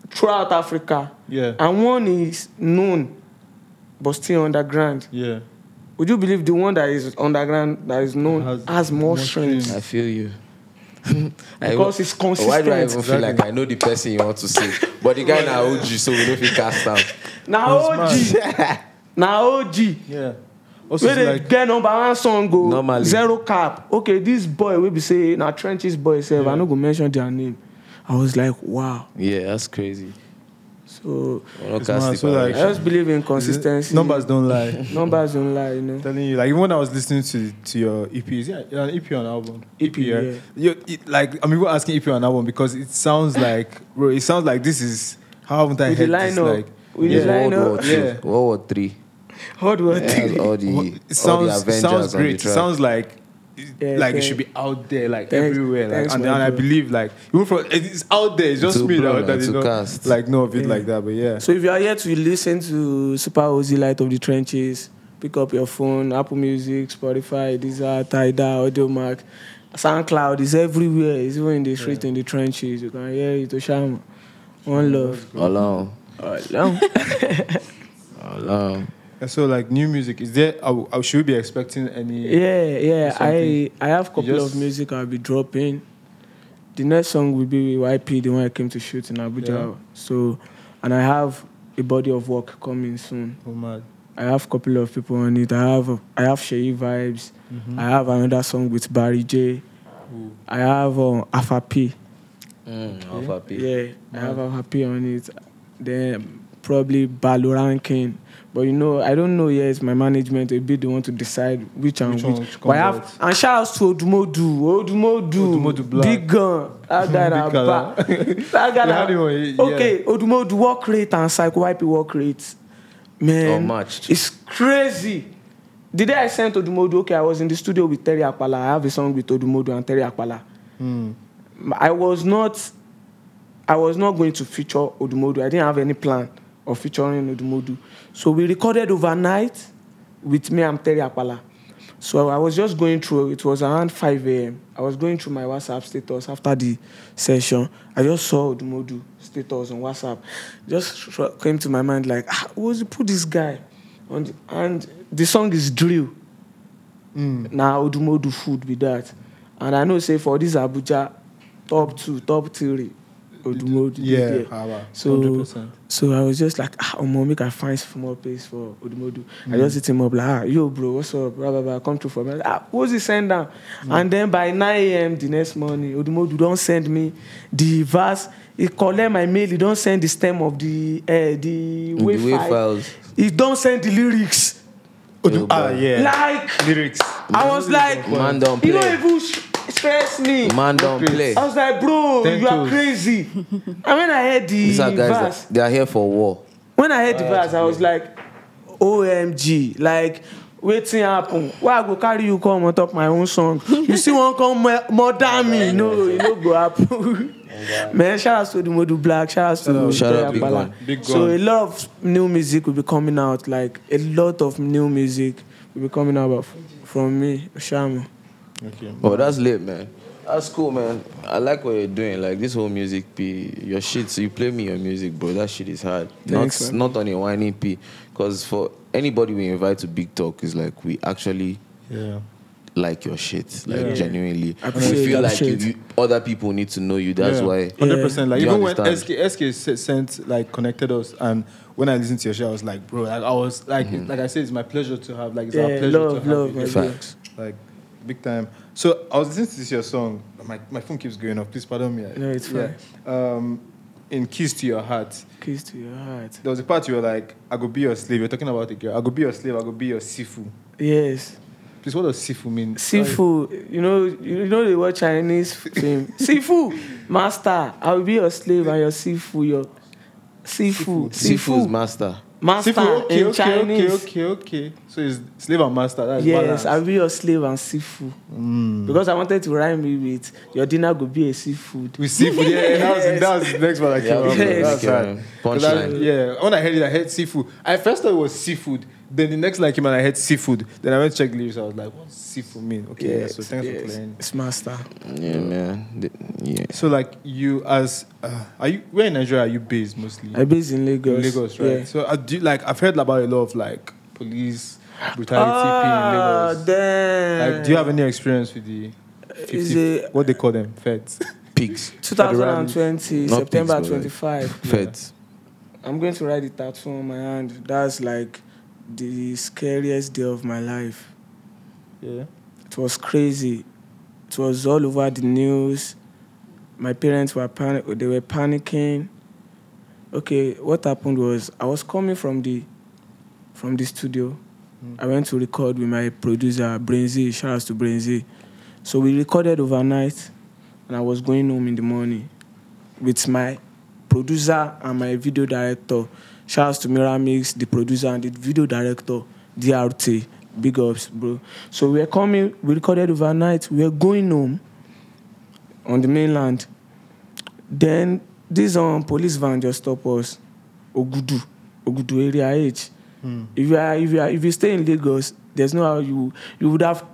Speaker 1: throughout Africa,
Speaker 4: Yeah.
Speaker 1: and one is known, but still underground.
Speaker 4: yeah.
Speaker 1: Would you believe the one that is underground that is known has,
Speaker 4: Has
Speaker 1: more
Speaker 4: more
Speaker 1: strength
Speaker 4: streams.
Speaker 5: I feel you. I
Speaker 1: because it's
Speaker 5: even- why do I even
Speaker 1: consistent?
Speaker 5: feel like I know the person you want to see? But the guy now OG, so we don't feel cast out.
Speaker 1: Now
Speaker 4: It's
Speaker 1: OG, now OG.
Speaker 4: Yeah. Also,
Speaker 1: wey
Speaker 4: it's
Speaker 1: dey
Speaker 4: like
Speaker 1: get number one song go
Speaker 5: Normally.
Speaker 1: zero cap okay this boy wey be say na trenches boy sef yeah. i no go mention their name i was like wow
Speaker 5: Yeah, that's crazy.
Speaker 1: So
Speaker 5: We're not
Speaker 4: It's mad,
Speaker 5: casting
Speaker 4: so like-
Speaker 1: I
Speaker 5: violation.
Speaker 1: just believe in consistency.
Speaker 4: Numbers don't lie.
Speaker 1: numbers don't lie, you
Speaker 4: I'm
Speaker 1: know.
Speaker 4: telling you, like even when I was listening to to your EP, is it an EP or an album?
Speaker 1: EP,
Speaker 4: right? You- it- like I'm even asking EP or an album because it sounds like, bro, it sounds like this is how haven't I
Speaker 1: With the
Speaker 4: heard this?
Speaker 1: lineup,
Speaker 4: Like,
Speaker 1: with
Speaker 5: Yes,
Speaker 1: the
Speaker 5: World War
Speaker 1: lineup,
Speaker 5: Two,
Speaker 4: Yeah.
Speaker 5: World War Three.
Speaker 1: hard work.
Speaker 5: It has all
Speaker 4: Wha-
Speaker 5: the,
Speaker 4: it
Speaker 5: all the
Speaker 4: sounds it
Speaker 5: Avengers
Speaker 4: sounds
Speaker 5: on the
Speaker 4: great. It
Speaker 5: track.
Speaker 4: sounds like it-
Speaker 1: Yeah,
Speaker 4: like it
Speaker 1: thanks.
Speaker 4: should be out there, like
Speaker 1: Thanks-
Speaker 4: everywhere, like,
Speaker 1: thanks,
Speaker 4: and, and I
Speaker 1: Michael.
Speaker 4: believe like even from it's out there. It's just
Speaker 5: To
Speaker 4: me
Speaker 5: blow,
Speaker 4: that, that
Speaker 5: like,
Speaker 4: you
Speaker 5: to
Speaker 4: know,
Speaker 5: cast.
Speaker 4: like know of it
Speaker 1: Yeah.
Speaker 4: like that. But yeah,
Speaker 1: So if you are here to listen to Super Ozzy Light of the Trenches, pick up your phone, Apple Music, Spotify, Deezer, Tidal, AudioMac, SoundCloud is everywhere. It's even in the street, in the trenches. You can hear it, Oshama. One love.
Speaker 5: Alone.
Speaker 1: Alone.
Speaker 5: Alone.
Speaker 4: And so like new music is there? I, w- I should we be expecting any?
Speaker 1: Yeah, yeah. I
Speaker 4: Something.
Speaker 1: I have a couple
Speaker 4: just-
Speaker 1: of music I'll be dropping. The next song will be with YP, the one I came to shoot in Abuja.
Speaker 4: Yeah.
Speaker 1: So, and I have a body of work coming soon.
Speaker 4: Oh man,
Speaker 1: I have a couple of people on it. I have I have Sheyi vibes.
Speaker 4: Mm-hmm.
Speaker 1: I have another song with Barry J. I have um, Alpha P.
Speaker 5: Mm, Alpha P.
Speaker 1: Yeah, I have Alpha P on it. Then probably Baloran King. But you know, I don't know yet. My management will be the one to decide which and
Speaker 4: Which
Speaker 1: which.
Speaker 4: one should
Speaker 1: but I
Speaker 4: come
Speaker 1: have and shout outs to Odumodu, Odumodu,
Speaker 4: Odumodu Black.
Speaker 1: Big Gun. That guy
Speaker 4: Big
Speaker 1: na
Speaker 4: Gala.
Speaker 1: ba- That guy
Speaker 4: You had him
Speaker 1: na-
Speaker 4: on it, yeah.
Speaker 1: Okay, Odumodu work rate and Psycho YP work rate. Man,
Speaker 4: Oh,
Speaker 5: Unmatched.
Speaker 1: it's crazy. The day I sent Odumodu, okay, I was in the studio with Terry Akpala. I have a song with Odumodu and Terry Akpala.
Speaker 4: Hmm,
Speaker 1: I was not I was not going to feature Odumodu. I didn't have any plan of featuring Odumodu. So we recorded overnight with me and Terry Akpala. So I was just going through, it was around 5 a.m. I was going through my WhatsApp status after the session. I just saw Odumodu status on WhatsApp. Just tr- came to my mind like, ah, who's he put this guy? On the, and the song is Drill.
Speaker 4: hmm.
Speaker 1: Now Odumodu food with that. And I know say for this Abuja, top two, top three, Odumodu. dey
Speaker 4: yeah,
Speaker 1: there.
Speaker 4: Hawa,
Speaker 1: So
Speaker 4: 100%.
Speaker 1: so I was just like, ah, omo, make I find some more place for Odumodu.
Speaker 4: Mm.
Speaker 1: I just hit him up like, ah, yo, bro, what's up, blah blah blah, come through for me. I was like, Ah, who's he send down?
Speaker 4: Mm.
Speaker 1: And then by 9 a.m. the next morning, Odumodu don't send me the verse. He collect my mail. He don't send the stem of the uh, the
Speaker 5: The
Speaker 1: wave
Speaker 5: wave
Speaker 1: file.
Speaker 5: files.
Speaker 1: He don't send the lyrics.
Speaker 4: Odu- ah,
Speaker 5: bro.
Speaker 4: yeah,
Speaker 1: Like
Speaker 4: lyrics.
Speaker 1: I was like,
Speaker 5: Man don't
Speaker 1: you don't
Speaker 5: play.
Speaker 1: even sh- stress me.
Speaker 5: Man don't play.
Speaker 1: I was like, bro,
Speaker 4: Ten
Speaker 1: you are
Speaker 4: toes.
Speaker 1: crazy. and when I heard the
Speaker 5: These are
Speaker 1: verse,
Speaker 5: guys that they are here for war.
Speaker 1: when I heard the verse, I was like, OMG, like, wetin happen? Why I go carry you come on top my own song? You see one come mur- murder me? No, e no go happen. Man, shout out to the Modu Black, shout out to
Speaker 5: Shout out
Speaker 1: Toya
Speaker 5: Big
Speaker 1: Bala.
Speaker 5: Gun.
Speaker 4: Big
Speaker 1: So
Speaker 4: Gun.
Speaker 1: a lot of new music will be coming out, like a lot of new music will be coming out of- from me, Shamu.
Speaker 4: Okay.
Speaker 5: But that's lit, man. That's cool, man. I like what you're doing. Like this whole music P, your shit. So you play me your music, bro. That shit is hard.
Speaker 1: Thanks,
Speaker 5: not
Speaker 1: man.
Speaker 5: not on a whiny P. Cause for anybody we invite to Big Talk is like we actually
Speaker 4: Yeah.
Speaker 5: like your shit. Like
Speaker 4: Yeah.
Speaker 5: genuinely.
Speaker 1: Appreciate,
Speaker 5: we feel like you,
Speaker 1: appreciate.
Speaker 5: you, other people need to know you. That's
Speaker 4: Yeah,
Speaker 5: why
Speaker 4: 100%. Like
Speaker 5: You
Speaker 4: even when SK,
Speaker 5: understand.
Speaker 4: SK s- sent like connected us, and when I listened to your show, I was like, bro, like I was like,
Speaker 5: Mm-hmm.
Speaker 4: like I said, it's my pleasure to have, like it's our
Speaker 1: Yeah,
Speaker 4: pleasure
Speaker 1: love,
Speaker 4: to have
Speaker 1: love,
Speaker 4: you
Speaker 1: my
Speaker 4: here.
Speaker 1: bro.
Speaker 5: facts.
Speaker 4: like big time. So I was listening to this your song. My my phone keeps going off. Please pardon me.
Speaker 1: No, it's
Speaker 4: Yeah. Um, in Keys to Your Heart,
Speaker 1: Kiss to your heart.
Speaker 4: there was a part you were like, "I go be your slave." You're talking about a girl. I go be your slave. I go be your sifu.
Speaker 1: Yes.
Speaker 4: Please, what does sifu mean?
Speaker 1: Sifu, you know, you know the word Chinese film. Sifu, master, I will be your slave and your sifu, your sifu,
Speaker 5: Seafood's
Speaker 1: sifu,
Speaker 5: master.
Speaker 1: master
Speaker 4: Sifu. Okay,
Speaker 1: in
Speaker 4: okay,
Speaker 1: Chinese.
Speaker 4: okay, okay, okay. So it's slave and master. That's
Speaker 1: Yes, I
Speaker 4: balance. Mm.
Speaker 1: will be your slave and sifu because I wanted to rhyme it with your dinner will be a seafood.
Speaker 4: With seafood, yeah, that was, that was the next one I came
Speaker 5: Yeah,
Speaker 4: up with.
Speaker 1: yes.
Speaker 4: That's
Speaker 5: Okay,
Speaker 4: right.
Speaker 5: punchline.
Speaker 4: 'Cause I- Yeah, when I heard it, I heard seafood. I first thought it was seafood. Then the next line came and I heard seafood. Then I went to check lyrics. I was like, what's seafood mean? Okay, yeah, so thanks for playing.
Speaker 1: It's master.
Speaker 5: Yeah, man. The- Yeah.
Speaker 4: So like you as uh, are you where in Nigeria are you based mostly?
Speaker 1: I based in
Speaker 4: In
Speaker 1: Lagos.
Speaker 4: Lagos, right?
Speaker 1: Yeah.
Speaker 4: So I do like I've heard about a lot of like police brutality
Speaker 1: Ah,
Speaker 4: in Lagos.
Speaker 1: damn.
Speaker 4: Like, do you have any experience with the 50,
Speaker 1: Is it-
Speaker 4: what they call them feds?
Speaker 5: Pigs.
Speaker 1: 2020
Speaker 5: Not
Speaker 1: September
Speaker 5: pigs, but like-
Speaker 1: 25?
Speaker 5: Feds.
Speaker 1: I'm going to write the tattoo on my hand. That's like the scariest day of my life.
Speaker 4: Yeah.
Speaker 1: It was crazy. It was all over the news. My parents were panic. They were panicking. okay, what happened was I was coming from the from the studio. I went to record with my producer Brainzy. Shout out to Brainzy. So we recorded overnight, and I was going home in the morning with my producer and my video director. Shout out to Miramix, the producer and the video director, DRT. Big ups, bro. So we were coming, we recorded overnight, we were going home on the mainland. Then this um, police van just stop us. Ogudu, Ogudu area H. If you are, if you are, if you stay in Lagos, there's no how you you would have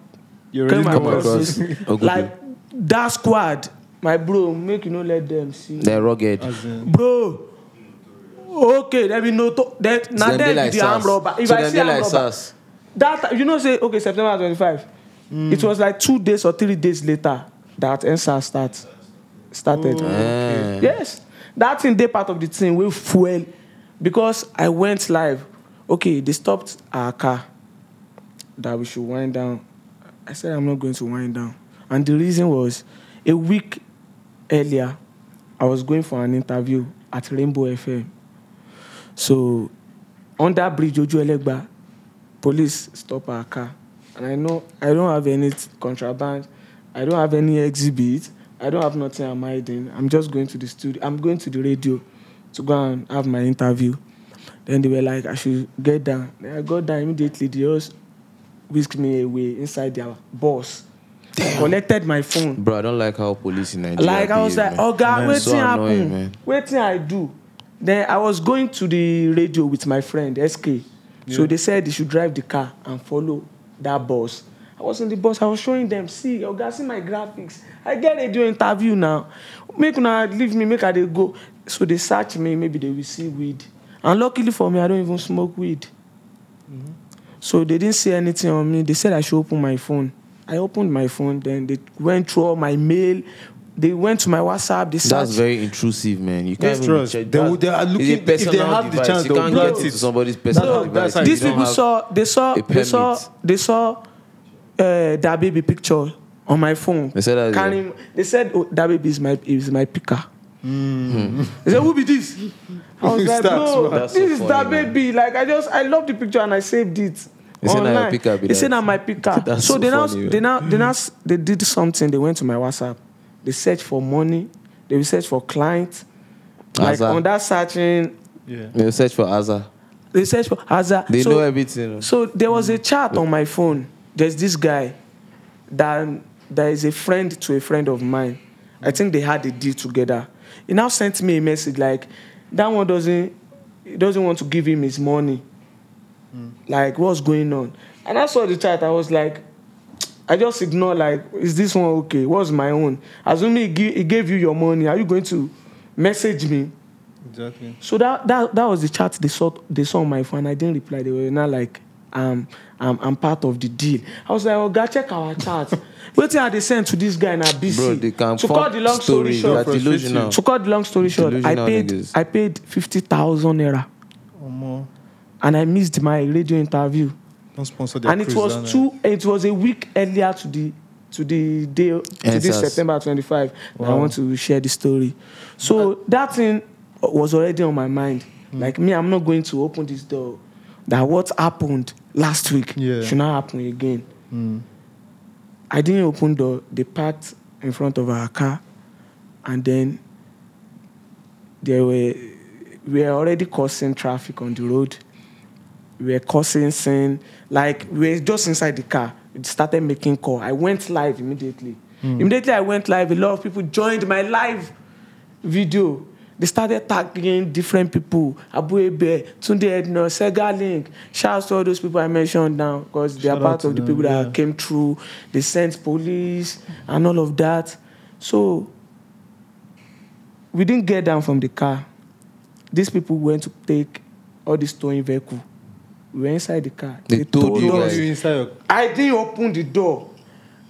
Speaker 4: You already
Speaker 1: come
Speaker 5: come
Speaker 1: across
Speaker 5: across Oh,
Speaker 1: this.
Speaker 5: Ogudu.
Speaker 1: like that squad, my bro. Make you not let them see,
Speaker 5: They're rugged.
Speaker 4: As in,
Speaker 1: bro. Okay, there be no to then
Speaker 5: So
Speaker 1: now
Speaker 5: them dey
Speaker 1: then
Speaker 5: like
Speaker 1: the arm
Speaker 5: SARS.
Speaker 1: robber. If
Speaker 5: So
Speaker 1: I
Speaker 5: them
Speaker 1: see
Speaker 5: dey
Speaker 1: arm
Speaker 5: like
Speaker 1: robber,
Speaker 5: SARS.
Speaker 1: that you know say okay September twenty five. It was like two days or three days later that NSAS start started.
Speaker 5: Eh.
Speaker 1: Yes. That thing they part of the thing will fuel because I went live. Okay, they stopped our car that we should wind down. I said I'm not going to wind down. And the reason was a week earlier, I was going for an interview at Rainbow FM. So on that bridge, Ojo Elegba, police stop our car. And I know I don't have any t- contraband, I don't have any exhibit, I don't have nothing I'm hiding. I'm just going to the studio, I'm going to the radio to go and have my interview. Then they were like, I should get down. Then I got down immediately. They just whisked me away inside their bus. Collected my phone.
Speaker 5: Bro, I don't like how police in Nigeria.
Speaker 1: Like I was like,
Speaker 5: behave, man.
Speaker 1: oh God,
Speaker 5: Man,
Speaker 1: waiting
Speaker 5: so annoying,
Speaker 1: happen.
Speaker 5: man.
Speaker 1: Waiting I do. Then I was going to the radio with my friend SK. So they said they should drive the car and follow that bus. I was in the bus. I was showing them, see, oh God, see my graphics. I get radio interview now. Make now leave me, make I dey go. So they search me, maybe they will see weed. And luckily for me, I don't even smoke weed. So they didn't say anything on me. They said I should open my phone. I opened my phone. Then they went through all my mail. They went to my WhatsApp. They
Speaker 5: That's
Speaker 1: searched.
Speaker 5: very intrusive, man. You can't
Speaker 4: That's
Speaker 5: even
Speaker 4: trust.
Speaker 5: check
Speaker 4: They
Speaker 5: that.
Speaker 4: will- they are
Speaker 5: It's a
Speaker 4: looking- if they
Speaker 5: personal
Speaker 4: have the
Speaker 5: device.
Speaker 4: chance,
Speaker 5: you
Speaker 4: they'll
Speaker 5: can't
Speaker 4: block
Speaker 5: get
Speaker 4: it.
Speaker 5: into somebody's personal
Speaker 4: how-
Speaker 5: device.
Speaker 4: that's how
Speaker 5: You
Speaker 4: it
Speaker 1: These
Speaker 4: is.
Speaker 5: don't
Speaker 1: people
Speaker 5: have-
Speaker 1: saw they saw
Speaker 5: a
Speaker 1: they saw
Speaker 5: permit.
Speaker 1: they saw uh, that baby picture on my phone.
Speaker 5: They said that-
Speaker 1: Carrying- they said oh, that baby is my is my picker.
Speaker 5: Hmm.
Speaker 1: They said, "Who be this?" I was like,
Speaker 4: Starts,
Speaker 1: "Bro,
Speaker 5: man. That's
Speaker 1: this
Speaker 5: so
Speaker 1: is that
Speaker 5: funny, man.
Speaker 1: baby." Like I just I love the picture and I saved it.
Speaker 5: They said na your picker be
Speaker 1: They said "Na
Speaker 5: that.
Speaker 1: my picker.
Speaker 5: That's
Speaker 1: so
Speaker 5: so
Speaker 1: they now
Speaker 5: funny, man.
Speaker 1: they now they now s- they did something. They went to my WhatsApp. They searched for money. They searched for clients. Like
Speaker 5: Azar.
Speaker 1: on that searching,
Speaker 4: yeah.
Speaker 5: You search for Azar.
Speaker 1: they searched for Hazard.
Speaker 5: They
Speaker 1: so,
Speaker 5: know everything.
Speaker 1: so there was a chat on my phone. There's this guy that, that is a friend to a friend of mine. I think they had a deal together. He now sent me a message like, that one doesn't, he doesn't want to give him his money. Like, what's going on? And I saw the chat. I was like, I just ignore like, is this one okay? What's my own? Assuming he, gi- he gave you your money, are you going to message me?
Speaker 4: Exactly.
Speaker 1: So that that that was the chat they saw they saw on my phone. I didn't reply. They were not like um I'm I'm part of the deal. I was like, oh God, check our chat. Wetin I dey send to this guy na BC.
Speaker 5: Bro, they can
Speaker 1: to cut the long story
Speaker 5: stories. They're
Speaker 1: short.
Speaker 4: Frustrate
Speaker 5: delusional.
Speaker 1: To cut the long story short, I
Speaker 5: Delusional
Speaker 1: paid
Speaker 5: niggas.
Speaker 1: I paid fifty thousand naira
Speaker 4: Omo,
Speaker 1: and I missed my radio interview.
Speaker 4: don't sponsor their eh?
Speaker 1: and it
Speaker 4: cruise down
Speaker 1: was
Speaker 4: there.
Speaker 1: two it was a week earlier to the to the day to this
Speaker 5: Yes, yes.
Speaker 1: September 25. I want to share the story. So that thing was already on my mind.
Speaker 4: Hmm.
Speaker 1: Like me, I'm not going to open this door. That what happened last week
Speaker 4: Yeah. Hmm.
Speaker 1: should not happen again. I didn't open door. They parked in front of our car, and then they were we were already causing traffic on the road. We were causing sin. Like we were just inside the car. It started making call. I went live immediately.
Speaker 4: Hmm.
Speaker 1: Immediately I went live. A lot of people joined my live video. They started tagging different people. Abu Ebe, Tunde Edna, Sega Link. Shout out to all those people I mentioned now because they are
Speaker 4: Shout out
Speaker 1: part
Speaker 4: to
Speaker 1: of the
Speaker 4: them,
Speaker 1: people that
Speaker 4: yeah.
Speaker 1: came through. They sent police and all of that. So we didn't get down from the car. These people went to take all this towing vehicle. We were inside the car.
Speaker 5: They told you
Speaker 1: us-
Speaker 5: guys.
Speaker 4: You inside your
Speaker 1: I didn't open the door.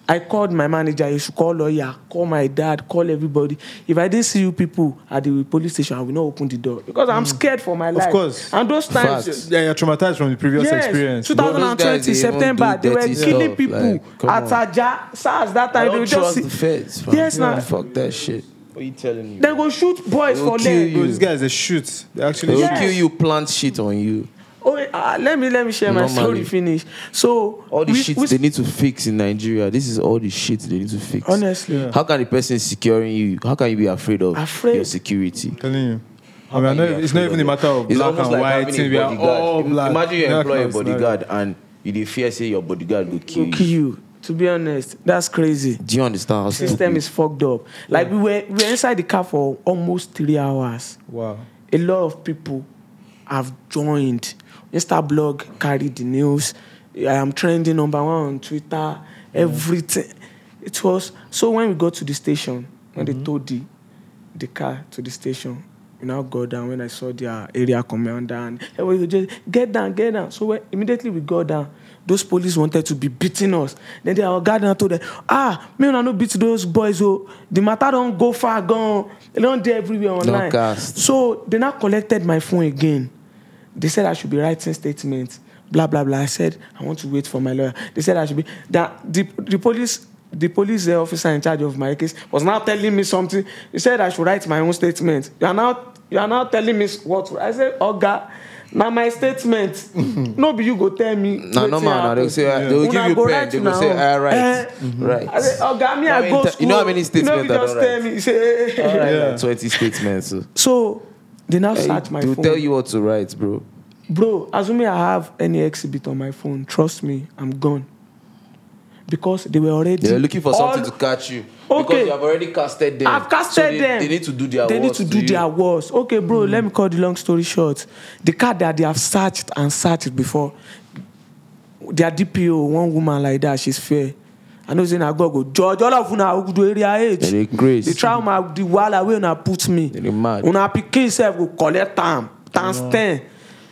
Speaker 1: I called my manager. You should call lawyer. Call my dad. Call everybody. If I didn't see you people at the police station, I will not open the door because I'm scared for my life.
Speaker 4: course.
Speaker 1: And those times,
Speaker 5: Facts.
Speaker 4: Yeah, you're traumatized from the previous
Speaker 1: yes,
Speaker 4: experience.
Speaker 5: But those guys, they
Speaker 1: 2020
Speaker 5: even
Speaker 1: September,
Speaker 5: do
Speaker 1: they were
Speaker 5: dirty
Speaker 1: killing
Speaker 5: stuff,
Speaker 1: people
Speaker 5: like, come
Speaker 1: at
Speaker 5: on.
Speaker 1: Aja SARS that time.
Speaker 5: I
Speaker 1: they
Speaker 5: don't
Speaker 1: were just
Speaker 5: trust
Speaker 1: see-
Speaker 5: the feds. fam.
Speaker 1: Yes, nah.
Speaker 5: Fuck that shit. What are you telling me?
Speaker 1: They go shoot boys
Speaker 5: They'll
Speaker 1: for
Speaker 5: kill
Speaker 1: leg.
Speaker 5: you.
Speaker 4: Bro, these guys they shoot. They
Speaker 5: They
Speaker 4: actually
Speaker 5: will
Speaker 1: Yes.
Speaker 5: kill you, plant shit on you.
Speaker 1: Oh, uh, let me let me share my
Speaker 5: Normally.
Speaker 1: story finish. So
Speaker 5: All the
Speaker 1: we-
Speaker 5: shit
Speaker 1: we-
Speaker 5: they need to fix in Nigeria. This is all the shit they need to fix.
Speaker 1: honestly,
Speaker 5: How can the person securing you? How can you be afraid of
Speaker 1: Afraid?
Speaker 5: your security?
Speaker 4: I'm telling you.
Speaker 5: How
Speaker 4: I mean, I
Speaker 5: can
Speaker 4: know
Speaker 5: you be
Speaker 4: it's not
Speaker 5: afraid
Speaker 4: even a matter of
Speaker 5: It's
Speaker 4: black
Speaker 5: almost
Speaker 4: and
Speaker 5: like
Speaker 4: white.
Speaker 5: having a
Speaker 4: thing. We are
Speaker 5: bodyguard.
Speaker 4: all
Speaker 5: Im-
Speaker 4: black.
Speaker 5: Imagine you
Speaker 4: Black
Speaker 5: employ a
Speaker 4: lives matter.
Speaker 5: bodyguard and you dey fear say your bodyguard will kill
Speaker 1: will kill
Speaker 5: you.
Speaker 1: you. To be honest, that's crazy.
Speaker 5: Do you understand how
Speaker 1: System
Speaker 5: stupid?
Speaker 1: is fucked up. Like we were we were inside the car for almost three hours.
Speaker 4: Wow.
Speaker 1: a lot of people have joined. Instablog carried the news. I am trending number one on Twitter. Everything. It was so when we got to the station, when they towed the the car to the station, we now got down. When I saw their area commander and everybody was just get down, get down. So when, immediately we got down. Those police wanted to be beating us. Then they our guard now told them, ah, me and I no beat those boys. Oh, the matter don't go far gone. They don't do everywhere online.
Speaker 5: cast.
Speaker 1: So they now collected my phone again. They said I should be writing statements, blah blah blah. I said I want to wait for my lawyer. They said I should be that the, the police the police uh, officer in charge of my case was now telling me something. He said I should write my own statement. You are now you are now telling me what to write. I said, Oga, now my statement. no be you go tell me.
Speaker 5: Na
Speaker 1: wetin
Speaker 5: normal now. They will
Speaker 1: happen.
Speaker 5: say uh, they will
Speaker 1: Una
Speaker 5: give you
Speaker 1: go
Speaker 5: pen.
Speaker 1: write
Speaker 5: They will
Speaker 1: una
Speaker 5: say
Speaker 1: own.
Speaker 5: I
Speaker 1: Eh,
Speaker 5: write
Speaker 1: I said,
Speaker 5: right.
Speaker 1: Oga, me
Speaker 5: How
Speaker 1: I
Speaker 5: many
Speaker 1: go
Speaker 5: ti-
Speaker 1: school.
Speaker 5: you know how many
Speaker 1: You
Speaker 5: statements
Speaker 1: know,
Speaker 5: I
Speaker 1: you
Speaker 5: don't
Speaker 1: just tell me. He Say,
Speaker 5: I write
Speaker 4: Yeah.
Speaker 5: like Twenty statements. So.
Speaker 1: So they now
Speaker 5: Hey,
Speaker 1: search my
Speaker 5: They'll
Speaker 1: phone.
Speaker 5: tell you what to write, bro.
Speaker 1: Bro, assuming I have any exhibit on my phone, trust me, I'm gone. Because they were already
Speaker 5: They're looking for something
Speaker 1: all-
Speaker 5: to catch you because
Speaker 1: Okay.
Speaker 5: you have already casted them.
Speaker 1: I've casted
Speaker 5: So they,
Speaker 1: them.
Speaker 5: They need to do their.
Speaker 1: They need
Speaker 5: worst Hmm.
Speaker 1: to do
Speaker 5: you.
Speaker 1: their worst. Okay, bro. Let me cut the long story short. The car that they have searched and searched before. Their DPO, one woman like that, she's fair. I know saying I go go judge all of una who do area age.
Speaker 5: They dey grace.
Speaker 1: The trauma, the wahala wey una put me.
Speaker 5: They dey mad.
Speaker 1: Una pikin sef go collect time, times ten,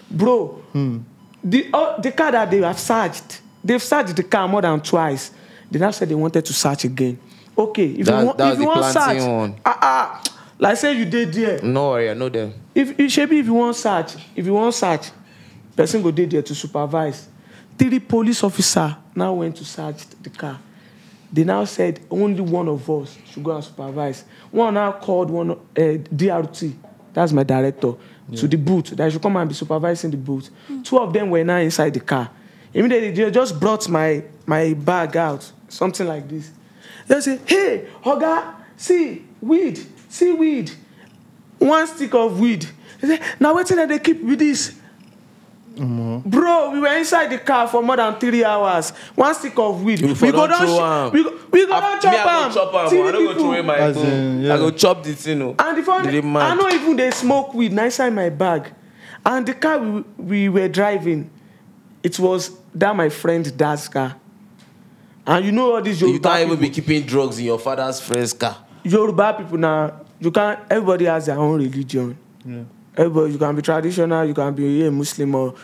Speaker 1: bro.
Speaker 5: Hmm.
Speaker 1: The uh, the car that they have searched, they've searched the car more than twice. They now said they wanted to search again. Okay, if
Speaker 5: That-
Speaker 1: you want,
Speaker 5: that
Speaker 1: if
Speaker 5: was
Speaker 1: you
Speaker 5: the
Speaker 1: want
Speaker 5: planting
Speaker 1: search,
Speaker 5: one.
Speaker 1: ah ah, like say you dey there.
Speaker 5: No worry, I know them.
Speaker 1: If you shebi if you want search, if you want search, person go dey there to supervise. Three police officer now went to search the car. They now said only one of us should go and supervise. One now called one uh, DRT, that's my director, to the booth that should come and be supervising the booth. Two of them were now inside the car. Immediately they just brought my my bag out, something like this. They say, "Hey, Oga, see weed, see weed." one stick of weed. He said, now waiting that they keep with this. Bro, we were inside the car for more than three hours. One stick of weed.
Speaker 5: You for
Speaker 1: we go
Speaker 5: don
Speaker 1: down,
Speaker 5: throw am.
Speaker 1: we go, we go
Speaker 5: I-
Speaker 1: down
Speaker 5: me, I go chop
Speaker 1: chop
Speaker 5: am.
Speaker 1: am.
Speaker 5: I no go throw away my
Speaker 4: As
Speaker 5: phone.
Speaker 4: in, yeah.
Speaker 5: I go chop the thing. oh.
Speaker 1: And the
Speaker 5: They dey
Speaker 1: phone,
Speaker 5: mad.
Speaker 1: I know even they smoke weed na inside my bag. And the car we, we were driving, it was that my friend dad's car. And you know all these
Speaker 5: You
Speaker 1: Yoruba
Speaker 5: can't even
Speaker 1: people.
Speaker 5: be keeping drugs in your father's friend's car.
Speaker 1: Yoruba people now, you can everybody has their own religion. Everybody, you can be traditional, you can be a Muslim or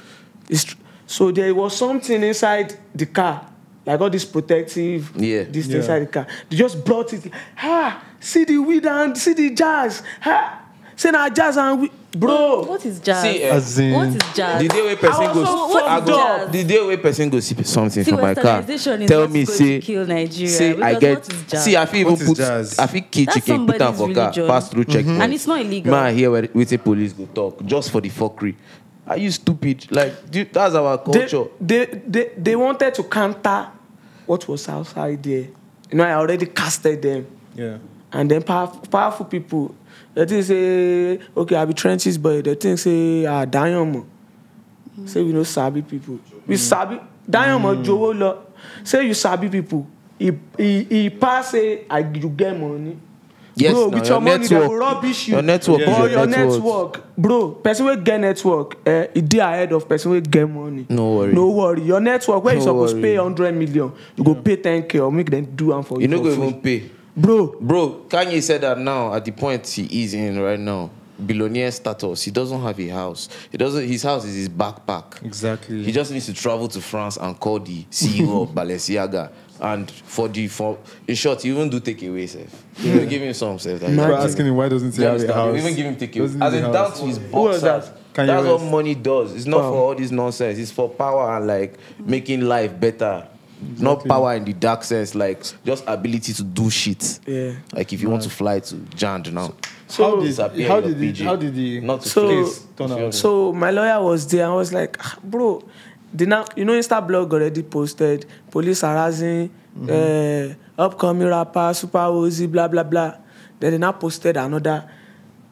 Speaker 1: it's, tr- so there was something inside the car, like all this protective,
Speaker 5: Yeah.
Speaker 1: this
Speaker 4: Yeah.
Speaker 1: thing inside the car. They just brought it. Ha! See the weed and see the jazz. Ha! See na jazz and weed, bro.
Speaker 2: What is jazz?
Speaker 5: See, eh,
Speaker 4: As in,
Speaker 2: what is jazz?
Speaker 5: The day where person
Speaker 1: I was
Speaker 5: goes,
Speaker 1: so
Speaker 5: I
Speaker 1: fucked
Speaker 5: go,
Speaker 2: up.
Speaker 5: the day where person goes see something
Speaker 2: See,
Speaker 5: from my car,
Speaker 2: westernization is
Speaker 5: tell
Speaker 2: what's
Speaker 5: me
Speaker 2: going
Speaker 5: say,
Speaker 2: to kill Nigeria,
Speaker 5: say I
Speaker 2: because
Speaker 5: get,
Speaker 2: what is jazz?
Speaker 5: see I fit even
Speaker 4: What is
Speaker 5: put,
Speaker 4: jazz?
Speaker 5: I fit kill
Speaker 2: That's
Speaker 5: chicken, put am
Speaker 2: somebody's
Speaker 5: for car,
Speaker 2: religion.
Speaker 5: pass through checkpoint,
Speaker 2: And it's not illegal.
Speaker 5: Man, here where waiting police go talk just for the fuckery. Are you stupid? Like dude, that's our culture.
Speaker 1: They, they, they, they wanted to counter what was outside there. You know, I already casted them.
Speaker 4: Yeah.
Speaker 1: and then powerful, powerful people they think say okay i be trenches boy they think say ah dayamo say we no sabi people we sabi dayamo jowo lọ say you sabi people he he he pass say i you get money.
Speaker 5: Yes,
Speaker 1: bro
Speaker 5: now,
Speaker 1: with
Speaker 5: your
Speaker 1: your, money they go
Speaker 5: network-
Speaker 1: rubbish you
Speaker 5: your network
Speaker 4: is
Speaker 1: or
Speaker 5: your
Speaker 1: your
Speaker 5: net
Speaker 1: network.
Speaker 5: worth.
Speaker 1: bro person wey get network eh e dey ahead of person wey get money.
Speaker 5: No worry.
Speaker 1: no worry your network wey you
Speaker 5: No
Speaker 1: suppose
Speaker 5: worry.
Speaker 1: pay hundred million you go pay ten k or make dem do am for Oh, you.
Speaker 5: You no
Speaker 1: for
Speaker 5: go
Speaker 1: free.
Speaker 5: even pay.
Speaker 1: bro
Speaker 5: Bro, Kanye said that now at the point he is in right now, billionaire status. He doesn't have a house. He doesn't. His house is his backpack.
Speaker 4: Exactly.
Speaker 5: He just needs to travel to France and call the CEO of Balenciaga. And for the for in short, you even do takeaway self. You even give him some self. Like,
Speaker 4: People are asking him why doesn't he
Speaker 5: you
Speaker 4: have a
Speaker 5: understand?
Speaker 4: house?
Speaker 5: You even give him takeaway.
Speaker 4: Doesn't
Speaker 5: As
Speaker 4: need
Speaker 5: in
Speaker 4: a
Speaker 5: down
Speaker 4: house.
Speaker 5: to his
Speaker 1: Who was
Speaker 5: boxers.
Speaker 1: that?
Speaker 4: Kanye
Speaker 5: That's what
Speaker 4: West.
Speaker 5: money does. It's not
Speaker 1: Wow.
Speaker 5: for all this nonsense. It's for power and like making life better. Not power in the dark sense, like just ability to do shit.
Speaker 1: Yeah.
Speaker 5: Like if you want to fly to Jand now,
Speaker 4: how did
Speaker 5: disappear
Speaker 4: how
Speaker 5: your
Speaker 4: did the,
Speaker 5: PG.
Speaker 4: how did the
Speaker 5: not to
Speaker 1: So-
Speaker 5: place.
Speaker 4: turn out?
Speaker 1: So my lawyer was there. I was like, "Ah, bro, the now you know Insta blog already posted police harassing
Speaker 4: Mm-hmm.
Speaker 1: uh, upcoming rapper Super Ozzy blah blah blah. Then they now posted another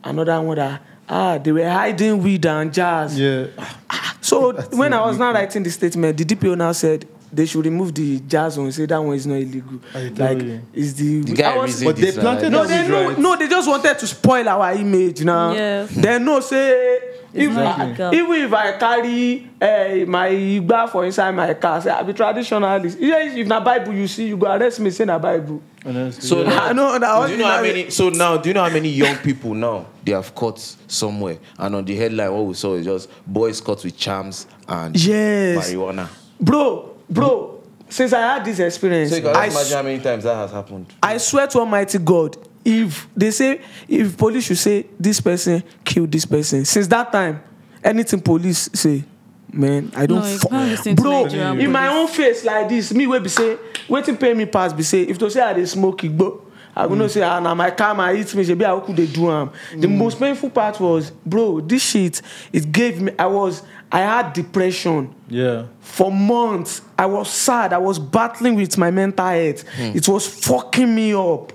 Speaker 1: another one that ah they were hiding weed and jazz. Ah,
Speaker 4: yeah,
Speaker 1: So when I was now writing the statement, the DPO now said they should remove the jazz one. Say that one is not illegal.
Speaker 4: I tell
Speaker 1: Like
Speaker 4: you.
Speaker 1: is the,
Speaker 5: The guy
Speaker 1: I was-
Speaker 5: reasoned
Speaker 4: but they
Speaker 5: this, uh,
Speaker 4: planted
Speaker 1: no,
Speaker 4: us
Speaker 1: they
Speaker 4: with
Speaker 1: know,
Speaker 4: rights.
Speaker 1: no, they just wanted to spoil our image now.
Speaker 2: Yes.
Speaker 1: They know say if,
Speaker 2: Exactly.
Speaker 1: I, even if I carry uh, my igba for inside my car, say I be traditionalist. Yes, if na Bible you see, you go arrest me say na Bible.
Speaker 4: Honestly,
Speaker 5: So
Speaker 4: yeah.
Speaker 5: now,
Speaker 1: I know that
Speaker 5: do
Speaker 1: was
Speaker 5: you know how
Speaker 1: my-
Speaker 5: many? So now, do you know how many young people now they have caught somewhere? And on the headline, what we saw is just boys caught with charms and
Speaker 1: Yes,
Speaker 5: marijuana.
Speaker 1: bro, bro. Since I had this experience,
Speaker 5: So you can
Speaker 1: I,
Speaker 5: just imagine how many times that has happened.
Speaker 1: I swear to Almighty God, if they say if police should say this person killed this person, since that time, anything police say, man, I don't
Speaker 2: No, you
Speaker 1: fu-
Speaker 2: can't listen to
Speaker 1: bro.
Speaker 2: Nigerian
Speaker 1: in my
Speaker 2: police.
Speaker 1: own face like this, me wey be say wetin pay me pass be say if to say I dey smoke igbo. I go know
Speaker 2: Mm.
Speaker 1: say ah na my car my hit me shebi how could dey do am. The most painful part was bro this shit it gave me I was I had depression.
Speaker 4: yeah.
Speaker 1: For months, I was sad. I was battling with my mental health.
Speaker 5: Hmm.
Speaker 1: It was fucking me up.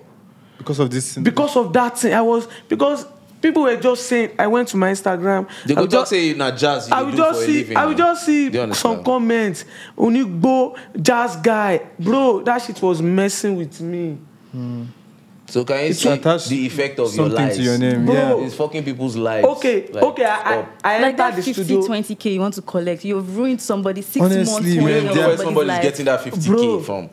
Speaker 4: because of this
Speaker 1: Because of that thing, I was because people were just saying I went to my Instagram.
Speaker 5: They
Speaker 1: I
Speaker 5: go
Speaker 1: would just,
Speaker 5: just say na jazz. You
Speaker 1: I
Speaker 5: dey
Speaker 1: will
Speaker 5: do
Speaker 1: just
Speaker 5: for a
Speaker 1: see
Speaker 5: living
Speaker 1: I will
Speaker 5: now."
Speaker 1: just see
Speaker 5: Do you
Speaker 1: some
Speaker 5: understand?
Speaker 1: comments. Onigbo jazz guy. Bro, that shit was messing with me.
Speaker 5: So can you
Speaker 4: It's
Speaker 5: see
Speaker 4: attached
Speaker 5: the effect of your
Speaker 4: something
Speaker 5: lies?
Speaker 4: to your name,
Speaker 1: Bro. yeah.
Speaker 5: It's fucking people's lives.
Speaker 1: Okay,
Speaker 5: Like,
Speaker 1: okay, I I,
Speaker 5: up.
Speaker 1: I
Speaker 2: Like that
Speaker 1: entered the
Speaker 2: 50,
Speaker 1: studio.
Speaker 2: 20k you want to collect, you've ruined somebody six
Speaker 4: Honestly,
Speaker 2: months.
Speaker 4: man,
Speaker 2: one
Speaker 5: You
Speaker 2: year
Speaker 5: don't
Speaker 2: of
Speaker 5: know where
Speaker 2: somebody's
Speaker 5: somebody's
Speaker 2: life.
Speaker 5: getting that 50k
Speaker 1: Bro.
Speaker 5: from.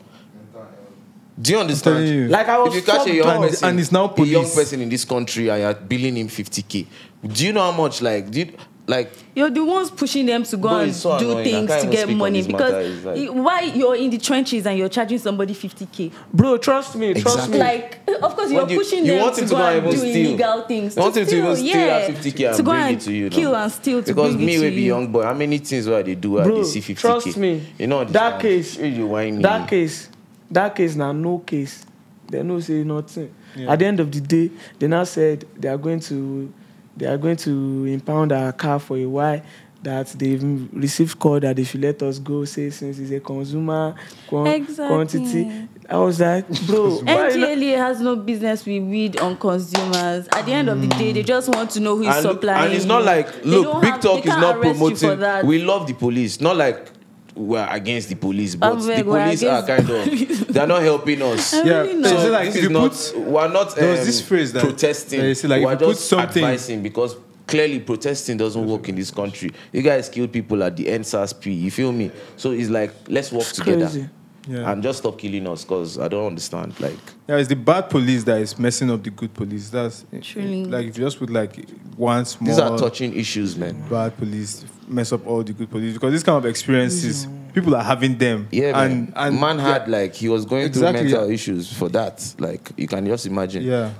Speaker 5: Do you
Speaker 4: telling
Speaker 5: understand?
Speaker 4: you.
Speaker 1: Like, I was
Speaker 5: if you catch a
Speaker 1: fucked
Speaker 5: young
Speaker 1: up.
Speaker 5: person,
Speaker 4: And it's now
Speaker 5: a young
Speaker 4: police.
Speaker 5: person in this country, and you're billing him 50k. Do you know how much? Like, did like
Speaker 2: You're the ones pushing them to go
Speaker 5: Bro,
Speaker 2: and
Speaker 5: it's so
Speaker 2: do
Speaker 5: annoying. I
Speaker 2: things
Speaker 5: can't
Speaker 2: to
Speaker 5: even
Speaker 2: get
Speaker 5: speak on
Speaker 2: money
Speaker 5: this matter.
Speaker 2: because
Speaker 5: It's like-
Speaker 2: it- why you're in the trenches and you're charging somebody 50k?
Speaker 1: Bro, trust me, trust
Speaker 5: Exactly.
Speaker 1: me.
Speaker 2: Like, of course, you're
Speaker 5: When you-
Speaker 2: pushing
Speaker 5: you
Speaker 2: them
Speaker 5: want
Speaker 2: to
Speaker 5: him
Speaker 2: go and do
Speaker 5: even steal.
Speaker 2: illegal things.
Speaker 5: You want him to even steal
Speaker 2: yeah,
Speaker 5: at 50k and
Speaker 2: to go
Speaker 5: bring
Speaker 2: and
Speaker 5: it to you. now.
Speaker 2: kill and steal to
Speaker 5: because
Speaker 2: bring
Speaker 5: me
Speaker 2: it to
Speaker 5: will be
Speaker 2: you.
Speaker 5: young boy. How many things where they do? Where
Speaker 1: Bro,
Speaker 5: they see 50k.
Speaker 1: trust me.
Speaker 5: You know
Speaker 1: That
Speaker 5: understand?
Speaker 1: case-
Speaker 5: Hey, You whine
Speaker 1: that
Speaker 5: me.
Speaker 1: case that case na no case dem no say nothing yeah. at the end of the day they now said they are going to they are going to impound our car for a while that they received call that they should let us go say since it's a consumer quan
Speaker 2: Exactly.
Speaker 1: quantity i was like bro why you no
Speaker 2: NGLA has no business with weed on consumers. At the end of the day, they just want to know who is
Speaker 5: Hmm. and, look-
Speaker 2: supplying.
Speaker 5: and it's not
Speaker 2: you.
Speaker 5: like
Speaker 2: They
Speaker 5: look,
Speaker 2: don't
Speaker 5: Big
Speaker 2: have- they
Speaker 5: Talk is
Speaker 2: can't
Speaker 5: not
Speaker 2: arrest you for that.
Speaker 5: promoting. We love the police. Not like we're against the police, but
Speaker 2: I'm
Speaker 5: the
Speaker 2: like, we're
Speaker 5: police are
Speaker 2: against
Speaker 5: kind
Speaker 2: the police.
Speaker 5: of they're not helping us.
Speaker 2: I'm
Speaker 4: Yeah,
Speaker 2: really
Speaker 4: so is
Speaker 2: not.
Speaker 4: it like
Speaker 5: this
Speaker 4: if
Speaker 5: is
Speaker 4: you
Speaker 5: not
Speaker 4: put
Speaker 5: we're not
Speaker 4: there was
Speaker 5: um,
Speaker 4: this phrase that-
Speaker 5: protesting
Speaker 4: that you see, like, if
Speaker 5: we're
Speaker 4: you put
Speaker 5: just
Speaker 4: something-
Speaker 5: advising because clearly protesting doesn't work in this country you guys killed people at the NSASP you feel me so it's like let's work together
Speaker 1: crazy.
Speaker 4: Yeah.
Speaker 5: and just stop killing us because I don't understand like
Speaker 4: Yeah, it's the bad police that is messing up the good police. That's eh,
Speaker 2: Truly.
Speaker 4: like if you just put like one small
Speaker 5: these are touching issues man
Speaker 4: bad police mess up all the good police because this kind of experiences people are having them.
Speaker 5: yeah
Speaker 4: and
Speaker 5: man
Speaker 4: and
Speaker 5: man had like he was going
Speaker 4: Exactly.
Speaker 5: through mental issues for that like you can just imagine
Speaker 4: Yeah.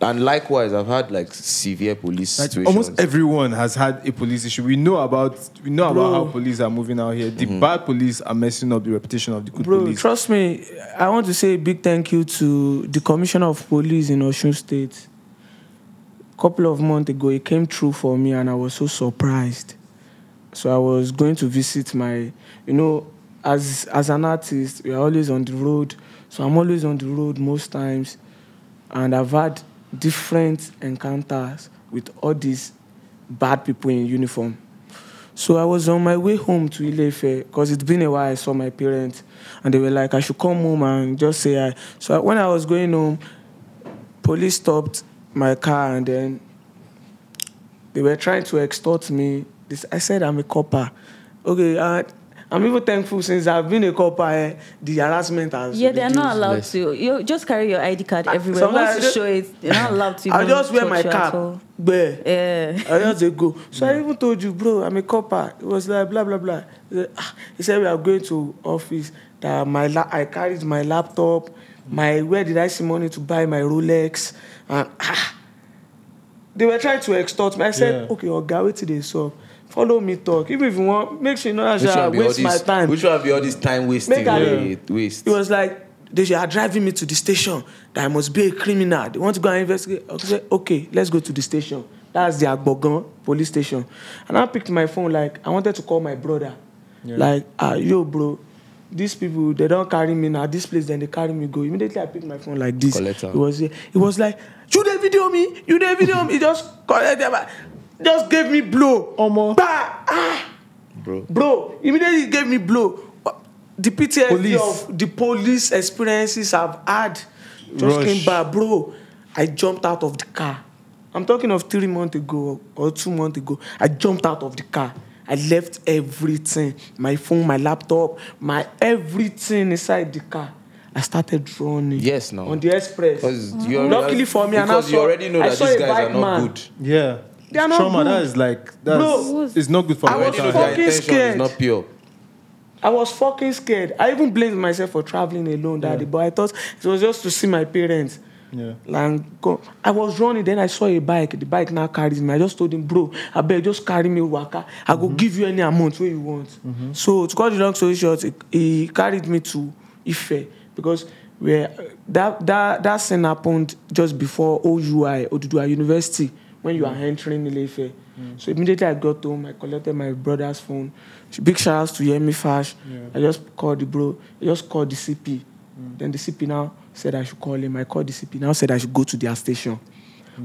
Speaker 5: and likewise I've had like severe police
Speaker 4: like,
Speaker 5: situations
Speaker 4: almost everyone has had a police issue. We know about we know about how police are moving out here. The
Speaker 5: Mm-hmm.
Speaker 4: bad police are messing up the reputation of the good
Speaker 1: bro
Speaker 4: police.
Speaker 1: trust me i want to say a big thank you to the commissioner of police in osun state couple of months ago it came through for me and i was so surprised so i was going to visit my you know as as an artist we are always on the road so i'm always on the road most times and i've had different encounters with all these bad people in uniform so I was on my way home to Ilefe because it's been a while I saw my parents, and they were like, I should come home and just say hi. So I, when I was going home, police stopped my car, and then they were trying to extort me. This, I said I'm a copper. Okay, uh, I'm even thankful since I've been a copper. Eh, the harassment has
Speaker 2: Yeah, they're not
Speaker 1: reduced.
Speaker 2: allowed to. You just carry your ID card everywhere.
Speaker 1: sometimes
Speaker 2: Once
Speaker 1: I
Speaker 2: you
Speaker 1: just-
Speaker 2: show it, they're not allowed to.
Speaker 1: I
Speaker 2: even
Speaker 1: just wear my
Speaker 2: touch you at all.
Speaker 1: cap. Yeah.
Speaker 2: Yeah.
Speaker 1: I just dey go. So I even told you, bro, I'm a copper. It was like blah blah blah. He said, "Ah." He said we are going to office. That my la- I carried my laptop. My where did I see money to buy my Rolex? And ah, they were trying to extort me. I said,
Speaker 4: Yeah.
Speaker 1: okay, Oga, wait till they solve. Follow me talk. Even if you want, make sure you know I
Speaker 5: Which
Speaker 1: shall
Speaker 5: one be all
Speaker 1: waste my
Speaker 5: this-
Speaker 1: time.
Speaker 5: Which one be all this time wasting?
Speaker 1: Make I-
Speaker 5: Yeah. Waste.
Speaker 1: It was like they are driving me to the station that I must be a criminal. They want to go and investigate. I said, okay, let's go to the station. That's the Agbogan police station. And I picked my phone like I wanted to call my brother. Like, ah, yo, bro, these people they don't carry me now. This place, then they carry me go. Immediately I picked my phone like this.
Speaker 5: Collect am.
Speaker 1: It was it was like, you they video me, you they video me. He just collect them. Just gave me blow.
Speaker 4: Omo.
Speaker 1: Bah! Ah!
Speaker 5: Bro.
Speaker 1: Bro, immediately he gave me blow. Uh, The PTSD
Speaker 4: Police.
Speaker 1: of the police experiences I've had just
Speaker 4: Rush.
Speaker 1: came back, bro. I jumped out of the car. I'm talking of three months ago or two months ago. I jumped out of the car. I left everything my phone, my laptop, my everything inside the car. I started running.
Speaker 5: Yes, now.
Speaker 1: On the express.
Speaker 5: Because you already-
Speaker 1: Luckily for me, and I
Speaker 5: because you
Speaker 1: saw-
Speaker 5: already know
Speaker 1: I
Speaker 5: that
Speaker 1: saw
Speaker 5: these
Speaker 1: a
Speaker 5: guys are
Speaker 1: bike
Speaker 5: not
Speaker 1: man.
Speaker 5: good.
Speaker 4: Yeah.
Speaker 1: They are not
Speaker 4: Trauma,
Speaker 1: good.
Speaker 4: that is like, that's,
Speaker 1: Bro,
Speaker 4: it's not good for
Speaker 1: I was
Speaker 4: mental health.
Speaker 5: Because their
Speaker 1: fucking
Speaker 5: intention
Speaker 1: scared.
Speaker 5: is not pure.
Speaker 1: I was fucking scared. I even blamed myself for traveling alone that day, but I thought it was just to see my parents.
Speaker 4: Yeah.
Speaker 1: Like, go- I was running, then I saw a bike. The bike now carries me. I just told him, bro, I beg, just carry me, waka. I go give you any amount where you want. So, to cut the long story short, he, he carried me to Ife because where that that that thing happened just before OUI, Oduduwa University, when you are entering Ile-Ife. So immediately I got home, I collected my brother's phone. Big shout outs to Yemi Fash. I just called the bro, I just called the CP. Mm. Then the CP now said I should call him. I called the CP now said I should go to their station.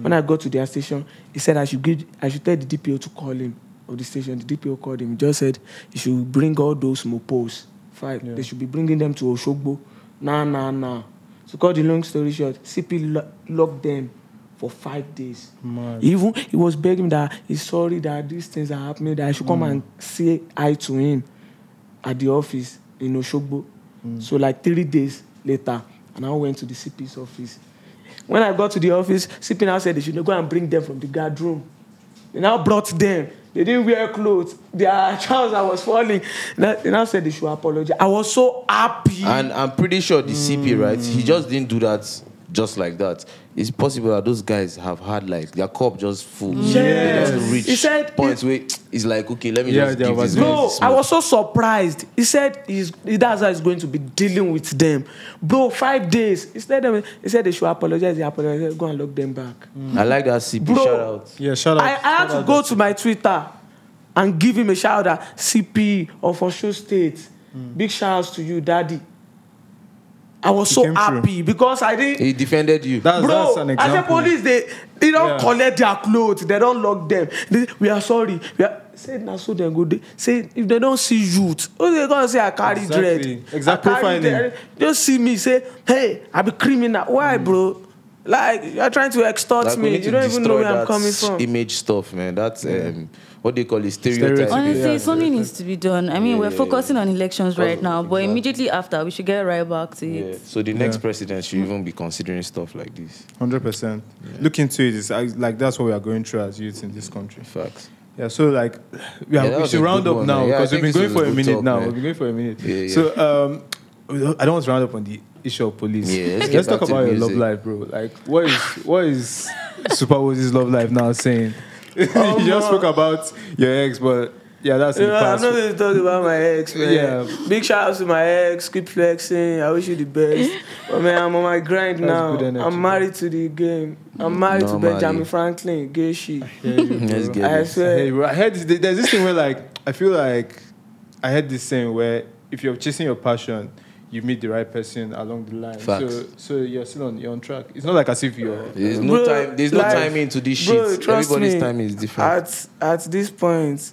Speaker 1: When I got to their station, he said I should give, I should tell the DPO to call him of the station. The DPO called him. He just said he should bring all those mopos. Five. They should be bringing them to Oshogbo. Nah, nah, nah. So cut the long story short, CP lo- locked them for five days.
Speaker 4: Mad.
Speaker 1: Even he was begging that he's sorry that these things are happening, that I should come and say hi to him at the office in Oshogbo. So like three days later, and I went to the CP's office. When I got to the office, CP now said they should go and bring them from the guard room. They now brought them. They didn't wear clothes. Their trousers was falling. Now- They now said they should apologize. I was so happy.
Speaker 5: And I'm pretty sure the
Speaker 1: Hmm.
Speaker 5: CP, right? He just didn't do that just like that. It's possible that those guys have had like their cup just full.
Speaker 1: Yes.
Speaker 5: They just reach
Speaker 1: He said-
Speaker 5: points where it's like, okay, let me
Speaker 4: Yeah,
Speaker 5: just
Speaker 4: they
Speaker 5: give this
Speaker 4: overdo
Speaker 5: guy
Speaker 4: it.
Speaker 1: Bro,
Speaker 5: this
Speaker 1: I
Speaker 5: much.
Speaker 1: was so surprised. He said he's, he- that's how he's going to be dealing with them. Bro, five days. He said, them, he said they should apologize. He apologized. Go and lock them back.
Speaker 5: I like that CP
Speaker 1: Bro.
Speaker 5: shout out.
Speaker 4: Yeah, shout out.
Speaker 1: I, I had to go to my Twitter and give him a shout out. CP of Osho State. Big shout outs to you, Daddy. I was
Speaker 4: Mm. He
Speaker 1: so
Speaker 4: came through.
Speaker 1: happy because I didn't.
Speaker 5: He defended you.
Speaker 4: That's, that's
Speaker 1: Bro,
Speaker 4: an
Speaker 1: as a
Speaker 4: example.
Speaker 1: police, they they don't
Speaker 4: Yeah.
Speaker 1: collect their clothes, they don't lock them. They, we are sorry. We are say na so dem go dey say if they don't see youth, oh they gonna say I carry
Speaker 4: Exactly.
Speaker 1: dread.
Speaker 4: Exact
Speaker 1: I carry
Speaker 4: profiling. Hmm.
Speaker 1: dread. Just see me say, hey, I be criminal. Why, bro? Like you are trying to extort
Speaker 5: Like, we
Speaker 1: me.
Speaker 5: need
Speaker 1: You
Speaker 5: to
Speaker 1: don't even know
Speaker 5: destroy
Speaker 1: where I'm
Speaker 5: that
Speaker 1: coming from.
Speaker 5: Image stuff, man. That's um, what they call it, stereotype.
Speaker 4: Stereotype.
Speaker 2: Honestly,
Speaker 4: Yeah.
Speaker 2: something needs to be done. I mean, we're focusing on elections right now, but immediately after, we should get right back to
Speaker 5: Yeah.
Speaker 2: it.
Speaker 5: So the next president should even be considering stuff like this.
Speaker 4: Hundred percent. Look into it. It's uh, like that's what we are going through as youths in this country.
Speaker 5: Facts.
Speaker 4: Yeah. So like, we, are,
Speaker 5: that
Speaker 4: we
Speaker 5: was a
Speaker 4: should round
Speaker 5: good
Speaker 4: up
Speaker 5: one,
Speaker 4: now
Speaker 5: man. Yeah, I
Speaker 4: because
Speaker 5: think
Speaker 4: we've been
Speaker 5: this
Speaker 4: going for
Speaker 5: was a
Speaker 4: a
Speaker 5: good
Speaker 4: minute
Speaker 5: talk,
Speaker 4: now.
Speaker 5: man.
Speaker 4: We've been going for a minute.
Speaker 5: Yeah, yeah.
Speaker 4: So um, we don't- I don't want to round up on the issue of police.
Speaker 5: Yeah, let's get
Speaker 4: let's
Speaker 5: back
Speaker 4: talk
Speaker 5: to
Speaker 4: about your
Speaker 5: music.
Speaker 4: love life, bro. Like, what is what is Super Woody's love life now saying?
Speaker 1: Oh,
Speaker 4: you just spoke about your ex, but yeah, that's in
Speaker 1: You
Speaker 4: the
Speaker 1: know, I'm
Speaker 4: past.
Speaker 1: not going to talk about my ex, man.
Speaker 4: Yeah.
Speaker 1: Big shout out to my ex. Keep flexing. I wish you the best. But man, I'm on my grind
Speaker 4: That's
Speaker 1: now.
Speaker 4: good energy,
Speaker 1: I'm married to the game. I'm married to
Speaker 5: Normally.
Speaker 1: Benjamin Franklin. Gay shit.
Speaker 4: Yeah, you-
Speaker 5: Let's get
Speaker 1: I
Speaker 5: it.
Speaker 1: swear.
Speaker 4: Hey, bro, I heard this, there's this thing where like I feel like I heard this saying where if you're chasing your passion, you meet the right person along the line.
Speaker 5: Facts.
Speaker 4: So so you're still on you're on track. It's not like as if you're
Speaker 5: There's no
Speaker 1: Bro,
Speaker 5: time. There's no
Speaker 1: like-
Speaker 5: timing to this
Speaker 1: bro,
Speaker 5: shit.
Speaker 1: trust
Speaker 5: Everybody's
Speaker 1: me.
Speaker 5: time is different.
Speaker 1: At at this point,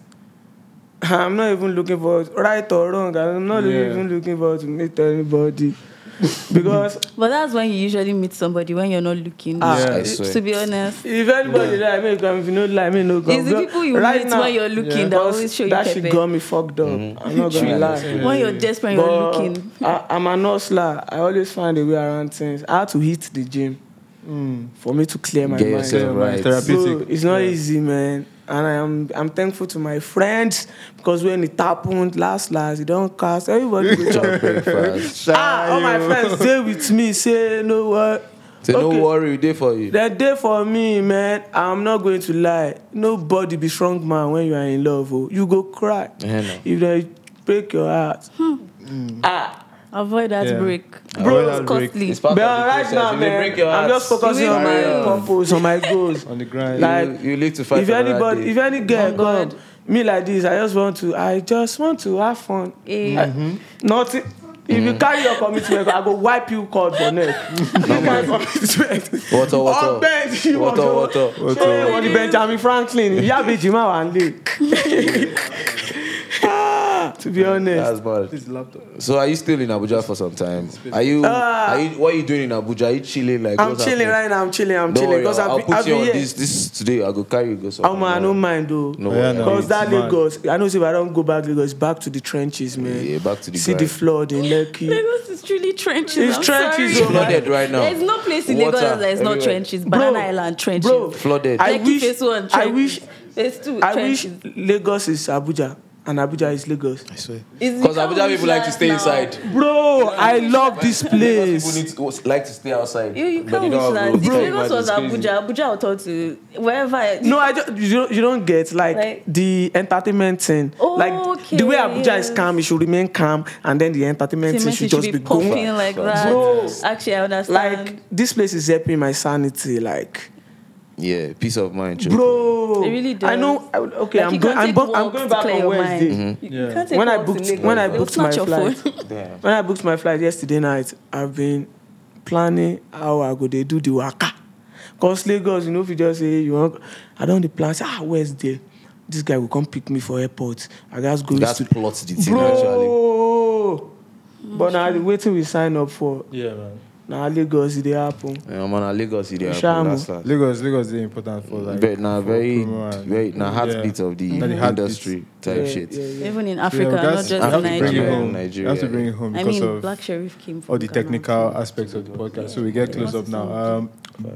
Speaker 1: I'm not even looking for right or wrong. I'm not
Speaker 4: Yeah.
Speaker 1: even looking for to meet anybody because
Speaker 2: But that's when you usually meet somebody when you're not looking.
Speaker 1: Ah,
Speaker 5: I swear.
Speaker 2: to be honest,
Speaker 1: if anybody lie, make come. If you no lie, me no come.
Speaker 2: it's the people you
Speaker 1: right
Speaker 2: meet
Speaker 1: now,
Speaker 2: when you're looking that
Speaker 1: because
Speaker 2: always show you
Speaker 1: that shit
Speaker 2: pepe.
Speaker 1: got me fucked up.
Speaker 5: Mm-hmm.
Speaker 1: I'm not gonna lie.
Speaker 2: When you're desperate, you're
Speaker 1: But
Speaker 2: looking.
Speaker 1: I, I'm an hustler. I always find a way around things. I had to hit the gym
Speaker 4: mm,
Speaker 1: for me to clear my
Speaker 5: Get
Speaker 1: mind. Um,
Speaker 5: yourself
Speaker 4: Yeah, man,
Speaker 5: right.
Speaker 4: therapy.
Speaker 1: So
Speaker 4: Basic.
Speaker 1: it's not easy, man. And I am I'm thankful to my friends because when it happened last last, it don't cast everybody. go chop.
Speaker 5: Breakfast.
Speaker 2: oh
Speaker 1: ah, all my friends stay with me. Say, you know what?
Speaker 5: So
Speaker 1: Okay.
Speaker 5: no worry, we there for you.
Speaker 1: The day for me, man, I'm not going to lie. Nobody be strong man when you are in love. Oh. You go cry.
Speaker 5: Eh, no.
Speaker 1: If they break your heart. ah.
Speaker 2: Avoid that
Speaker 4: Yeah.
Speaker 2: break.
Speaker 4: Avoid that
Speaker 2: Bro,
Speaker 4: break.
Speaker 2: costly.
Speaker 5: It's part
Speaker 1: But
Speaker 5: of the
Speaker 1: right
Speaker 5: process.
Speaker 1: now,
Speaker 5: If they
Speaker 1: man,
Speaker 5: break your
Speaker 1: I'm
Speaker 5: heart,
Speaker 1: just focusing
Speaker 2: You
Speaker 1: on my
Speaker 2: will-
Speaker 1: purpose, on my goals.
Speaker 4: on the grind.
Speaker 1: Like-
Speaker 5: you, you live to fight
Speaker 1: if
Speaker 5: for another
Speaker 1: anybody,
Speaker 5: day.
Speaker 1: if any girl
Speaker 2: Oh,
Speaker 1: come
Speaker 2: God.
Speaker 1: me like this, I just want to, I just want to have fun.
Speaker 2: Eh,
Speaker 1: Nothing. If
Speaker 5: Mm.
Speaker 1: you carry your commitment, I go wipe you cold for neck. you carry commitment.
Speaker 5: Water, water.
Speaker 1: On bench, you
Speaker 5: Water,
Speaker 1: want to-
Speaker 5: water.
Speaker 1: Ṣé wọ́n ní Benjamin Franklin? Ìyá ìbejì máa wà nílé. Ah, To be honest.
Speaker 5: That's bad.
Speaker 4: This laptop.
Speaker 5: So are you still in Abuja for some time? Are you?
Speaker 1: Ah.
Speaker 5: are you? What are you doing in Abuja? Are you chilling? Like
Speaker 1: I'm
Speaker 5: what's
Speaker 1: chilling right
Speaker 5: happening?
Speaker 1: now, I'm chilling, I'm
Speaker 5: Don't
Speaker 1: chilling.
Speaker 5: worry,
Speaker 1: Because
Speaker 5: I'll, I'll
Speaker 1: I've been,
Speaker 5: put
Speaker 1: I've
Speaker 5: you on
Speaker 1: been here. Oh,
Speaker 5: this. This today, I go carry you go somewhere.
Speaker 1: Omo, I don't mind though.
Speaker 5: No,
Speaker 4: Oh, yeah,
Speaker 5: worry.
Speaker 4: no.
Speaker 1: Because
Speaker 4: it's
Speaker 1: that
Speaker 4: mad.
Speaker 1: Lagos, I know say if I don't go back Lagos, back to the trenches, man.
Speaker 5: Yeah, back to the
Speaker 1: See the
Speaker 5: grind.
Speaker 1: flood in Lekki.
Speaker 2: Lagos is truly trenches.
Speaker 1: It's
Speaker 2: I'm
Speaker 1: trenches,
Speaker 2: sorry.
Speaker 5: It's flooded right now.
Speaker 2: There's no place in
Speaker 5: Water
Speaker 2: Lagos that is not
Speaker 5: everywhere.
Speaker 2: trenches.
Speaker 1: Bro,
Speaker 2: Banana Island trenches.
Speaker 1: bro,
Speaker 5: Flooded.
Speaker 1: I
Speaker 2: Lekki
Speaker 1: wish-
Speaker 2: phase one,
Speaker 1: I
Speaker 2: trenches.
Speaker 1: wish-
Speaker 2: Phase two,
Speaker 1: I wish
Speaker 2: trenches.
Speaker 1: Lagos is Abuja and Abuja is Lagos.
Speaker 2: It's
Speaker 5: Because
Speaker 2: become
Speaker 5: Abuja people like to
Speaker 2: useless
Speaker 5: stay
Speaker 2: now.
Speaker 5: inside.
Speaker 1: Bro, I love this
Speaker 5: People
Speaker 1: place.
Speaker 5: need to like to stay outside.
Speaker 2: You, you
Speaker 5: but
Speaker 2: can't
Speaker 5: they
Speaker 2: wish
Speaker 5: don't have
Speaker 2: that.
Speaker 5: roads.
Speaker 2: If
Speaker 5: Can you
Speaker 2: Lagos
Speaker 5: imagine?
Speaker 2: was
Speaker 5: It's crazy.
Speaker 2: Abuja, Abuja will talk to wherever.
Speaker 1: No, I just you don't, you don't get like,
Speaker 2: Like-
Speaker 1: the entertainment thing. like the way
Speaker 2: Okay,
Speaker 1: Abuja is
Speaker 2: yes.
Speaker 1: calm, it should remain calm, and then the entertainment
Speaker 2: Cement
Speaker 1: thing should just be,
Speaker 2: popping
Speaker 1: going.
Speaker 2: like
Speaker 5: Bro.
Speaker 2: that. Actually, I understand.
Speaker 1: Like this place is helping my sanity. Like,
Speaker 5: Yeah, peace of mind. Chill.
Speaker 1: bro,
Speaker 2: It really
Speaker 1: I know. I,
Speaker 2: does.
Speaker 1: okay,
Speaker 2: Like,
Speaker 1: I'm
Speaker 2: you
Speaker 1: going.
Speaker 2: can't
Speaker 1: I'm,
Speaker 2: take
Speaker 1: bo- I'm
Speaker 2: walks
Speaker 1: going
Speaker 2: to
Speaker 1: back
Speaker 2: clear
Speaker 1: on
Speaker 2: your
Speaker 1: Wednesday.
Speaker 5: Mm-hmm.
Speaker 2: You you can't take
Speaker 1: When I
Speaker 2: walks in
Speaker 1: booked-
Speaker 2: Lagos.
Speaker 1: when I
Speaker 2: They'll
Speaker 1: booked my
Speaker 2: snatch your phone.
Speaker 5: Damn.
Speaker 1: When I booked my flight yesterday night, I've been planning how I go dey do the waka. Cause Lagos, you know, if you just say you want, I don't dey plan. Say, ah, where's there? This guy will come pick me for airport. I just go
Speaker 5: That's
Speaker 1: to
Speaker 5: plot the thing actually.
Speaker 1: bro. But now waiting we sign up for
Speaker 4: Yeah, man.
Speaker 1: now Lagos it dey happen.
Speaker 5: Yeah, man, at Lagos, it
Speaker 1: Shamu.
Speaker 5: happen. That's that.
Speaker 4: Lagos, Lagos is important for like.
Speaker 5: Very, nah,
Speaker 4: for
Speaker 5: very,
Speaker 4: promo and-
Speaker 5: very, nah, heartbeat
Speaker 4: Yeah.
Speaker 5: of the
Speaker 4: Nah, the heartbeat.
Speaker 5: industry type
Speaker 1: Yeah,
Speaker 5: shit.
Speaker 1: yeah, yeah.
Speaker 2: Even in
Speaker 4: Yeah,
Speaker 2: Africa,
Speaker 4: that's-
Speaker 2: not just
Speaker 4: you have to bring
Speaker 2: Nigeria.
Speaker 4: it home.
Speaker 5: Nigeria,
Speaker 4: You have to
Speaker 5: yeah.
Speaker 4: bring it home
Speaker 2: I
Speaker 4: because
Speaker 2: mean,
Speaker 4: of
Speaker 2: Black Sheriff came from
Speaker 4: all the
Speaker 2: Ghana.
Speaker 4: technical aspects of the podcast. So we get close up now. Um,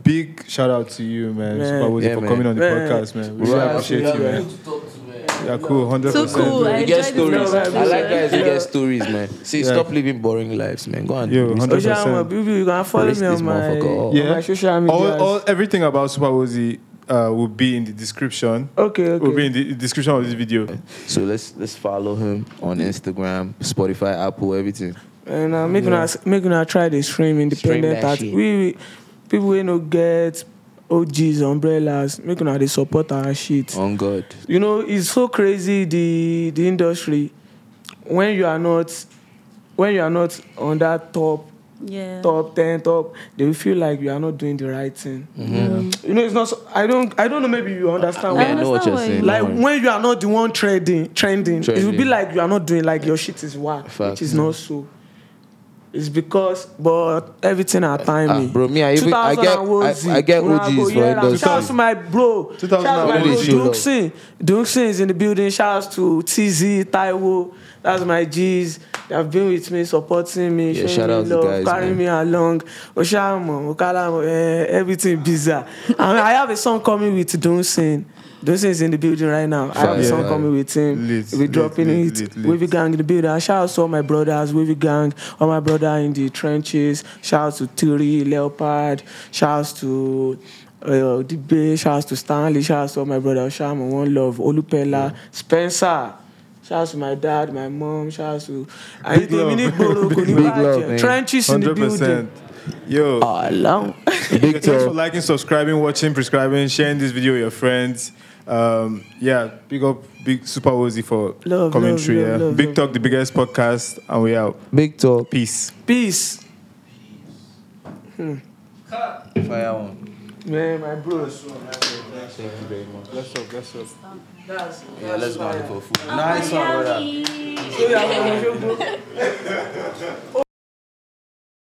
Speaker 4: big shout out to you, man,
Speaker 1: Man.
Speaker 4: Super Woozy,
Speaker 5: Yeah,
Speaker 4: for
Speaker 5: man.
Speaker 4: coming on the
Speaker 1: Man.
Speaker 4: podcast, man. We
Speaker 5: Yeah,
Speaker 4: really appreciate you, man. Yeah, cool, hundred
Speaker 2: So
Speaker 4: percent.
Speaker 2: cool. I
Speaker 5: We get
Speaker 2: enjoyed this
Speaker 5: stories.
Speaker 2: conversation.
Speaker 5: I like guys who get stories, man. See,
Speaker 4: Yeah.
Speaker 5: stop living boring lives, man. Go and
Speaker 4: Yo,
Speaker 5: do
Speaker 1: Oh,
Speaker 5: research.
Speaker 4: 100%.
Speaker 1: yeah, my baby, you can follow
Speaker 5: Raise
Speaker 1: me
Speaker 5: this
Speaker 1: on my,
Speaker 5: motherfucker up.
Speaker 1: on my social media.
Speaker 4: All, all, everything about Super Woozy uh, will be in the description.
Speaker 1: okay, okay.
Speaker 4: Will be in the description of this video.
Speaker 5: So let's let's follow him on Instagram, Spotify, Apple, everything.
Speaker 1: And uh, make una make una try the stream independent
Speaker 5: that
Speaker 1: art.
Speaker 5: shit.
Speaker 1: We, we people we no get OGs umbrellas. Make una dey support our shit.
Speaker 5: On God.
Speaker 1: You know it's so crazy the the industry when you are not when you are not on that top
Speaker 2: Yeah.
Speaker 1: top ten top they will feel like you are not doing the right thing. You know it's not. So, I don't Mm-hmm. I don't know. Maybe you understand.
Speaker 5: Yeah, I
Speaker 1: why.
Speaker 5: know what
Speaker 2: understand
Speaker 5: you're
Speaker 2: why
Speaker 5: saying.
Speaker 2: you-
Speaker 1: Like
Speaker 5: Don't worry.
Speaker 1: when you are not the one trending, trending, it will be
Speaker 5: Trending.
Speaker 1: like you are not doing like your shit is whack,
Speaker 5: Facts.
Speaker 1: which is not so. It's because, but everything at time.
Speaker 5: Ah,
Speaker 1: eh.
Speaker 5: bro, me, I even-
Speaker 1: 2000
Speaker 5: I get-
Speaker 1: and Wozi.
Speaker 5: I- I get
Speaker 1: Una
Speaker 5: OGs
Speaker 1: go
Speaker 5: for
Speaker 1: hear am.
Speaker 5: industry.
Speaker 1: Shout out to my bro. Shout out to
Speaker 4: 2000
Speaker 1: my
Speaker 5: and
Speaker 1: bro,
Speaker 5: Wozi. Show love.
Speaker 1: Dunksin. Dunksin is in the building. Shout out to TZ, Taiwo. That's my G's. They've been with me, supporting me,
Speaker 5: Yeah,
Speaker 1: showing
Speaker 5: shout
Speaker 1: me
Speaker 5: out to
Speaker 1: love,
Speaker 5: guys,
Speaker 1: carrying
Speaker 5: man.
Speaker 1: me along. Oshamo, Okalamo, eh, everything bizarre. I, mean, I have a song coming with Dunksin. Dunksin is in the building right now. I have a
Speaker 5: Fire.
Speaker 1: song coming with him.
Speaker 4: Lit,
Speaker 1: We'll be
Speaker 4: lit,
Speaker 1: dropping
Speaker 4: lit,
Speaker 1: it.
Speaker 4: lit, lit.
Speaker 1: Wavy Gang in the building. Shout out to all my brothers, Wavy Gang, all my brother in the trenches. Shout out to Turi, Leopard. Shout out to uh, DB. Shout out to Stanley. Shout out to all my brothers. Shout out to One Love, Olupela, Spencer. Shout out to my dad, my mom. Shout out to. I
Speaker 4: Big love.
Speaker 5: Big love, man.
Speaker 1: Trenches in the
Speaker 4: Hundred
Speaker 1: building. Ah,
Speaker 4: percent. Yo,
Speaker 1: Along.
Speaker 5: Big
Speaker 4: thanks for
Speaker 5: talk.
Speaker 4: liking, subscribing, watching, prescribing, sharing this video with your friends. Um, yeah, big up, big super Woozy for
Speaker 1: Love,
Speaker 4: commentary.
Speaker 1: love, love,
Speaker 4: yeah.
Speaker 1: love,
Speaker 4: big
Speaker 1: love.
Speaker 4: talk, the biggest podcast, and we out.
Speaker 5: Big talk.
Speaker 4: Peace.
Speaker 1: Peace.
Speaker 5: Fire on.
Speaker 1: Man, my bro.
Speaker 5: Yeah, let's go and look for food.
Speaker 1: So, yeah, I'm gonna feel good.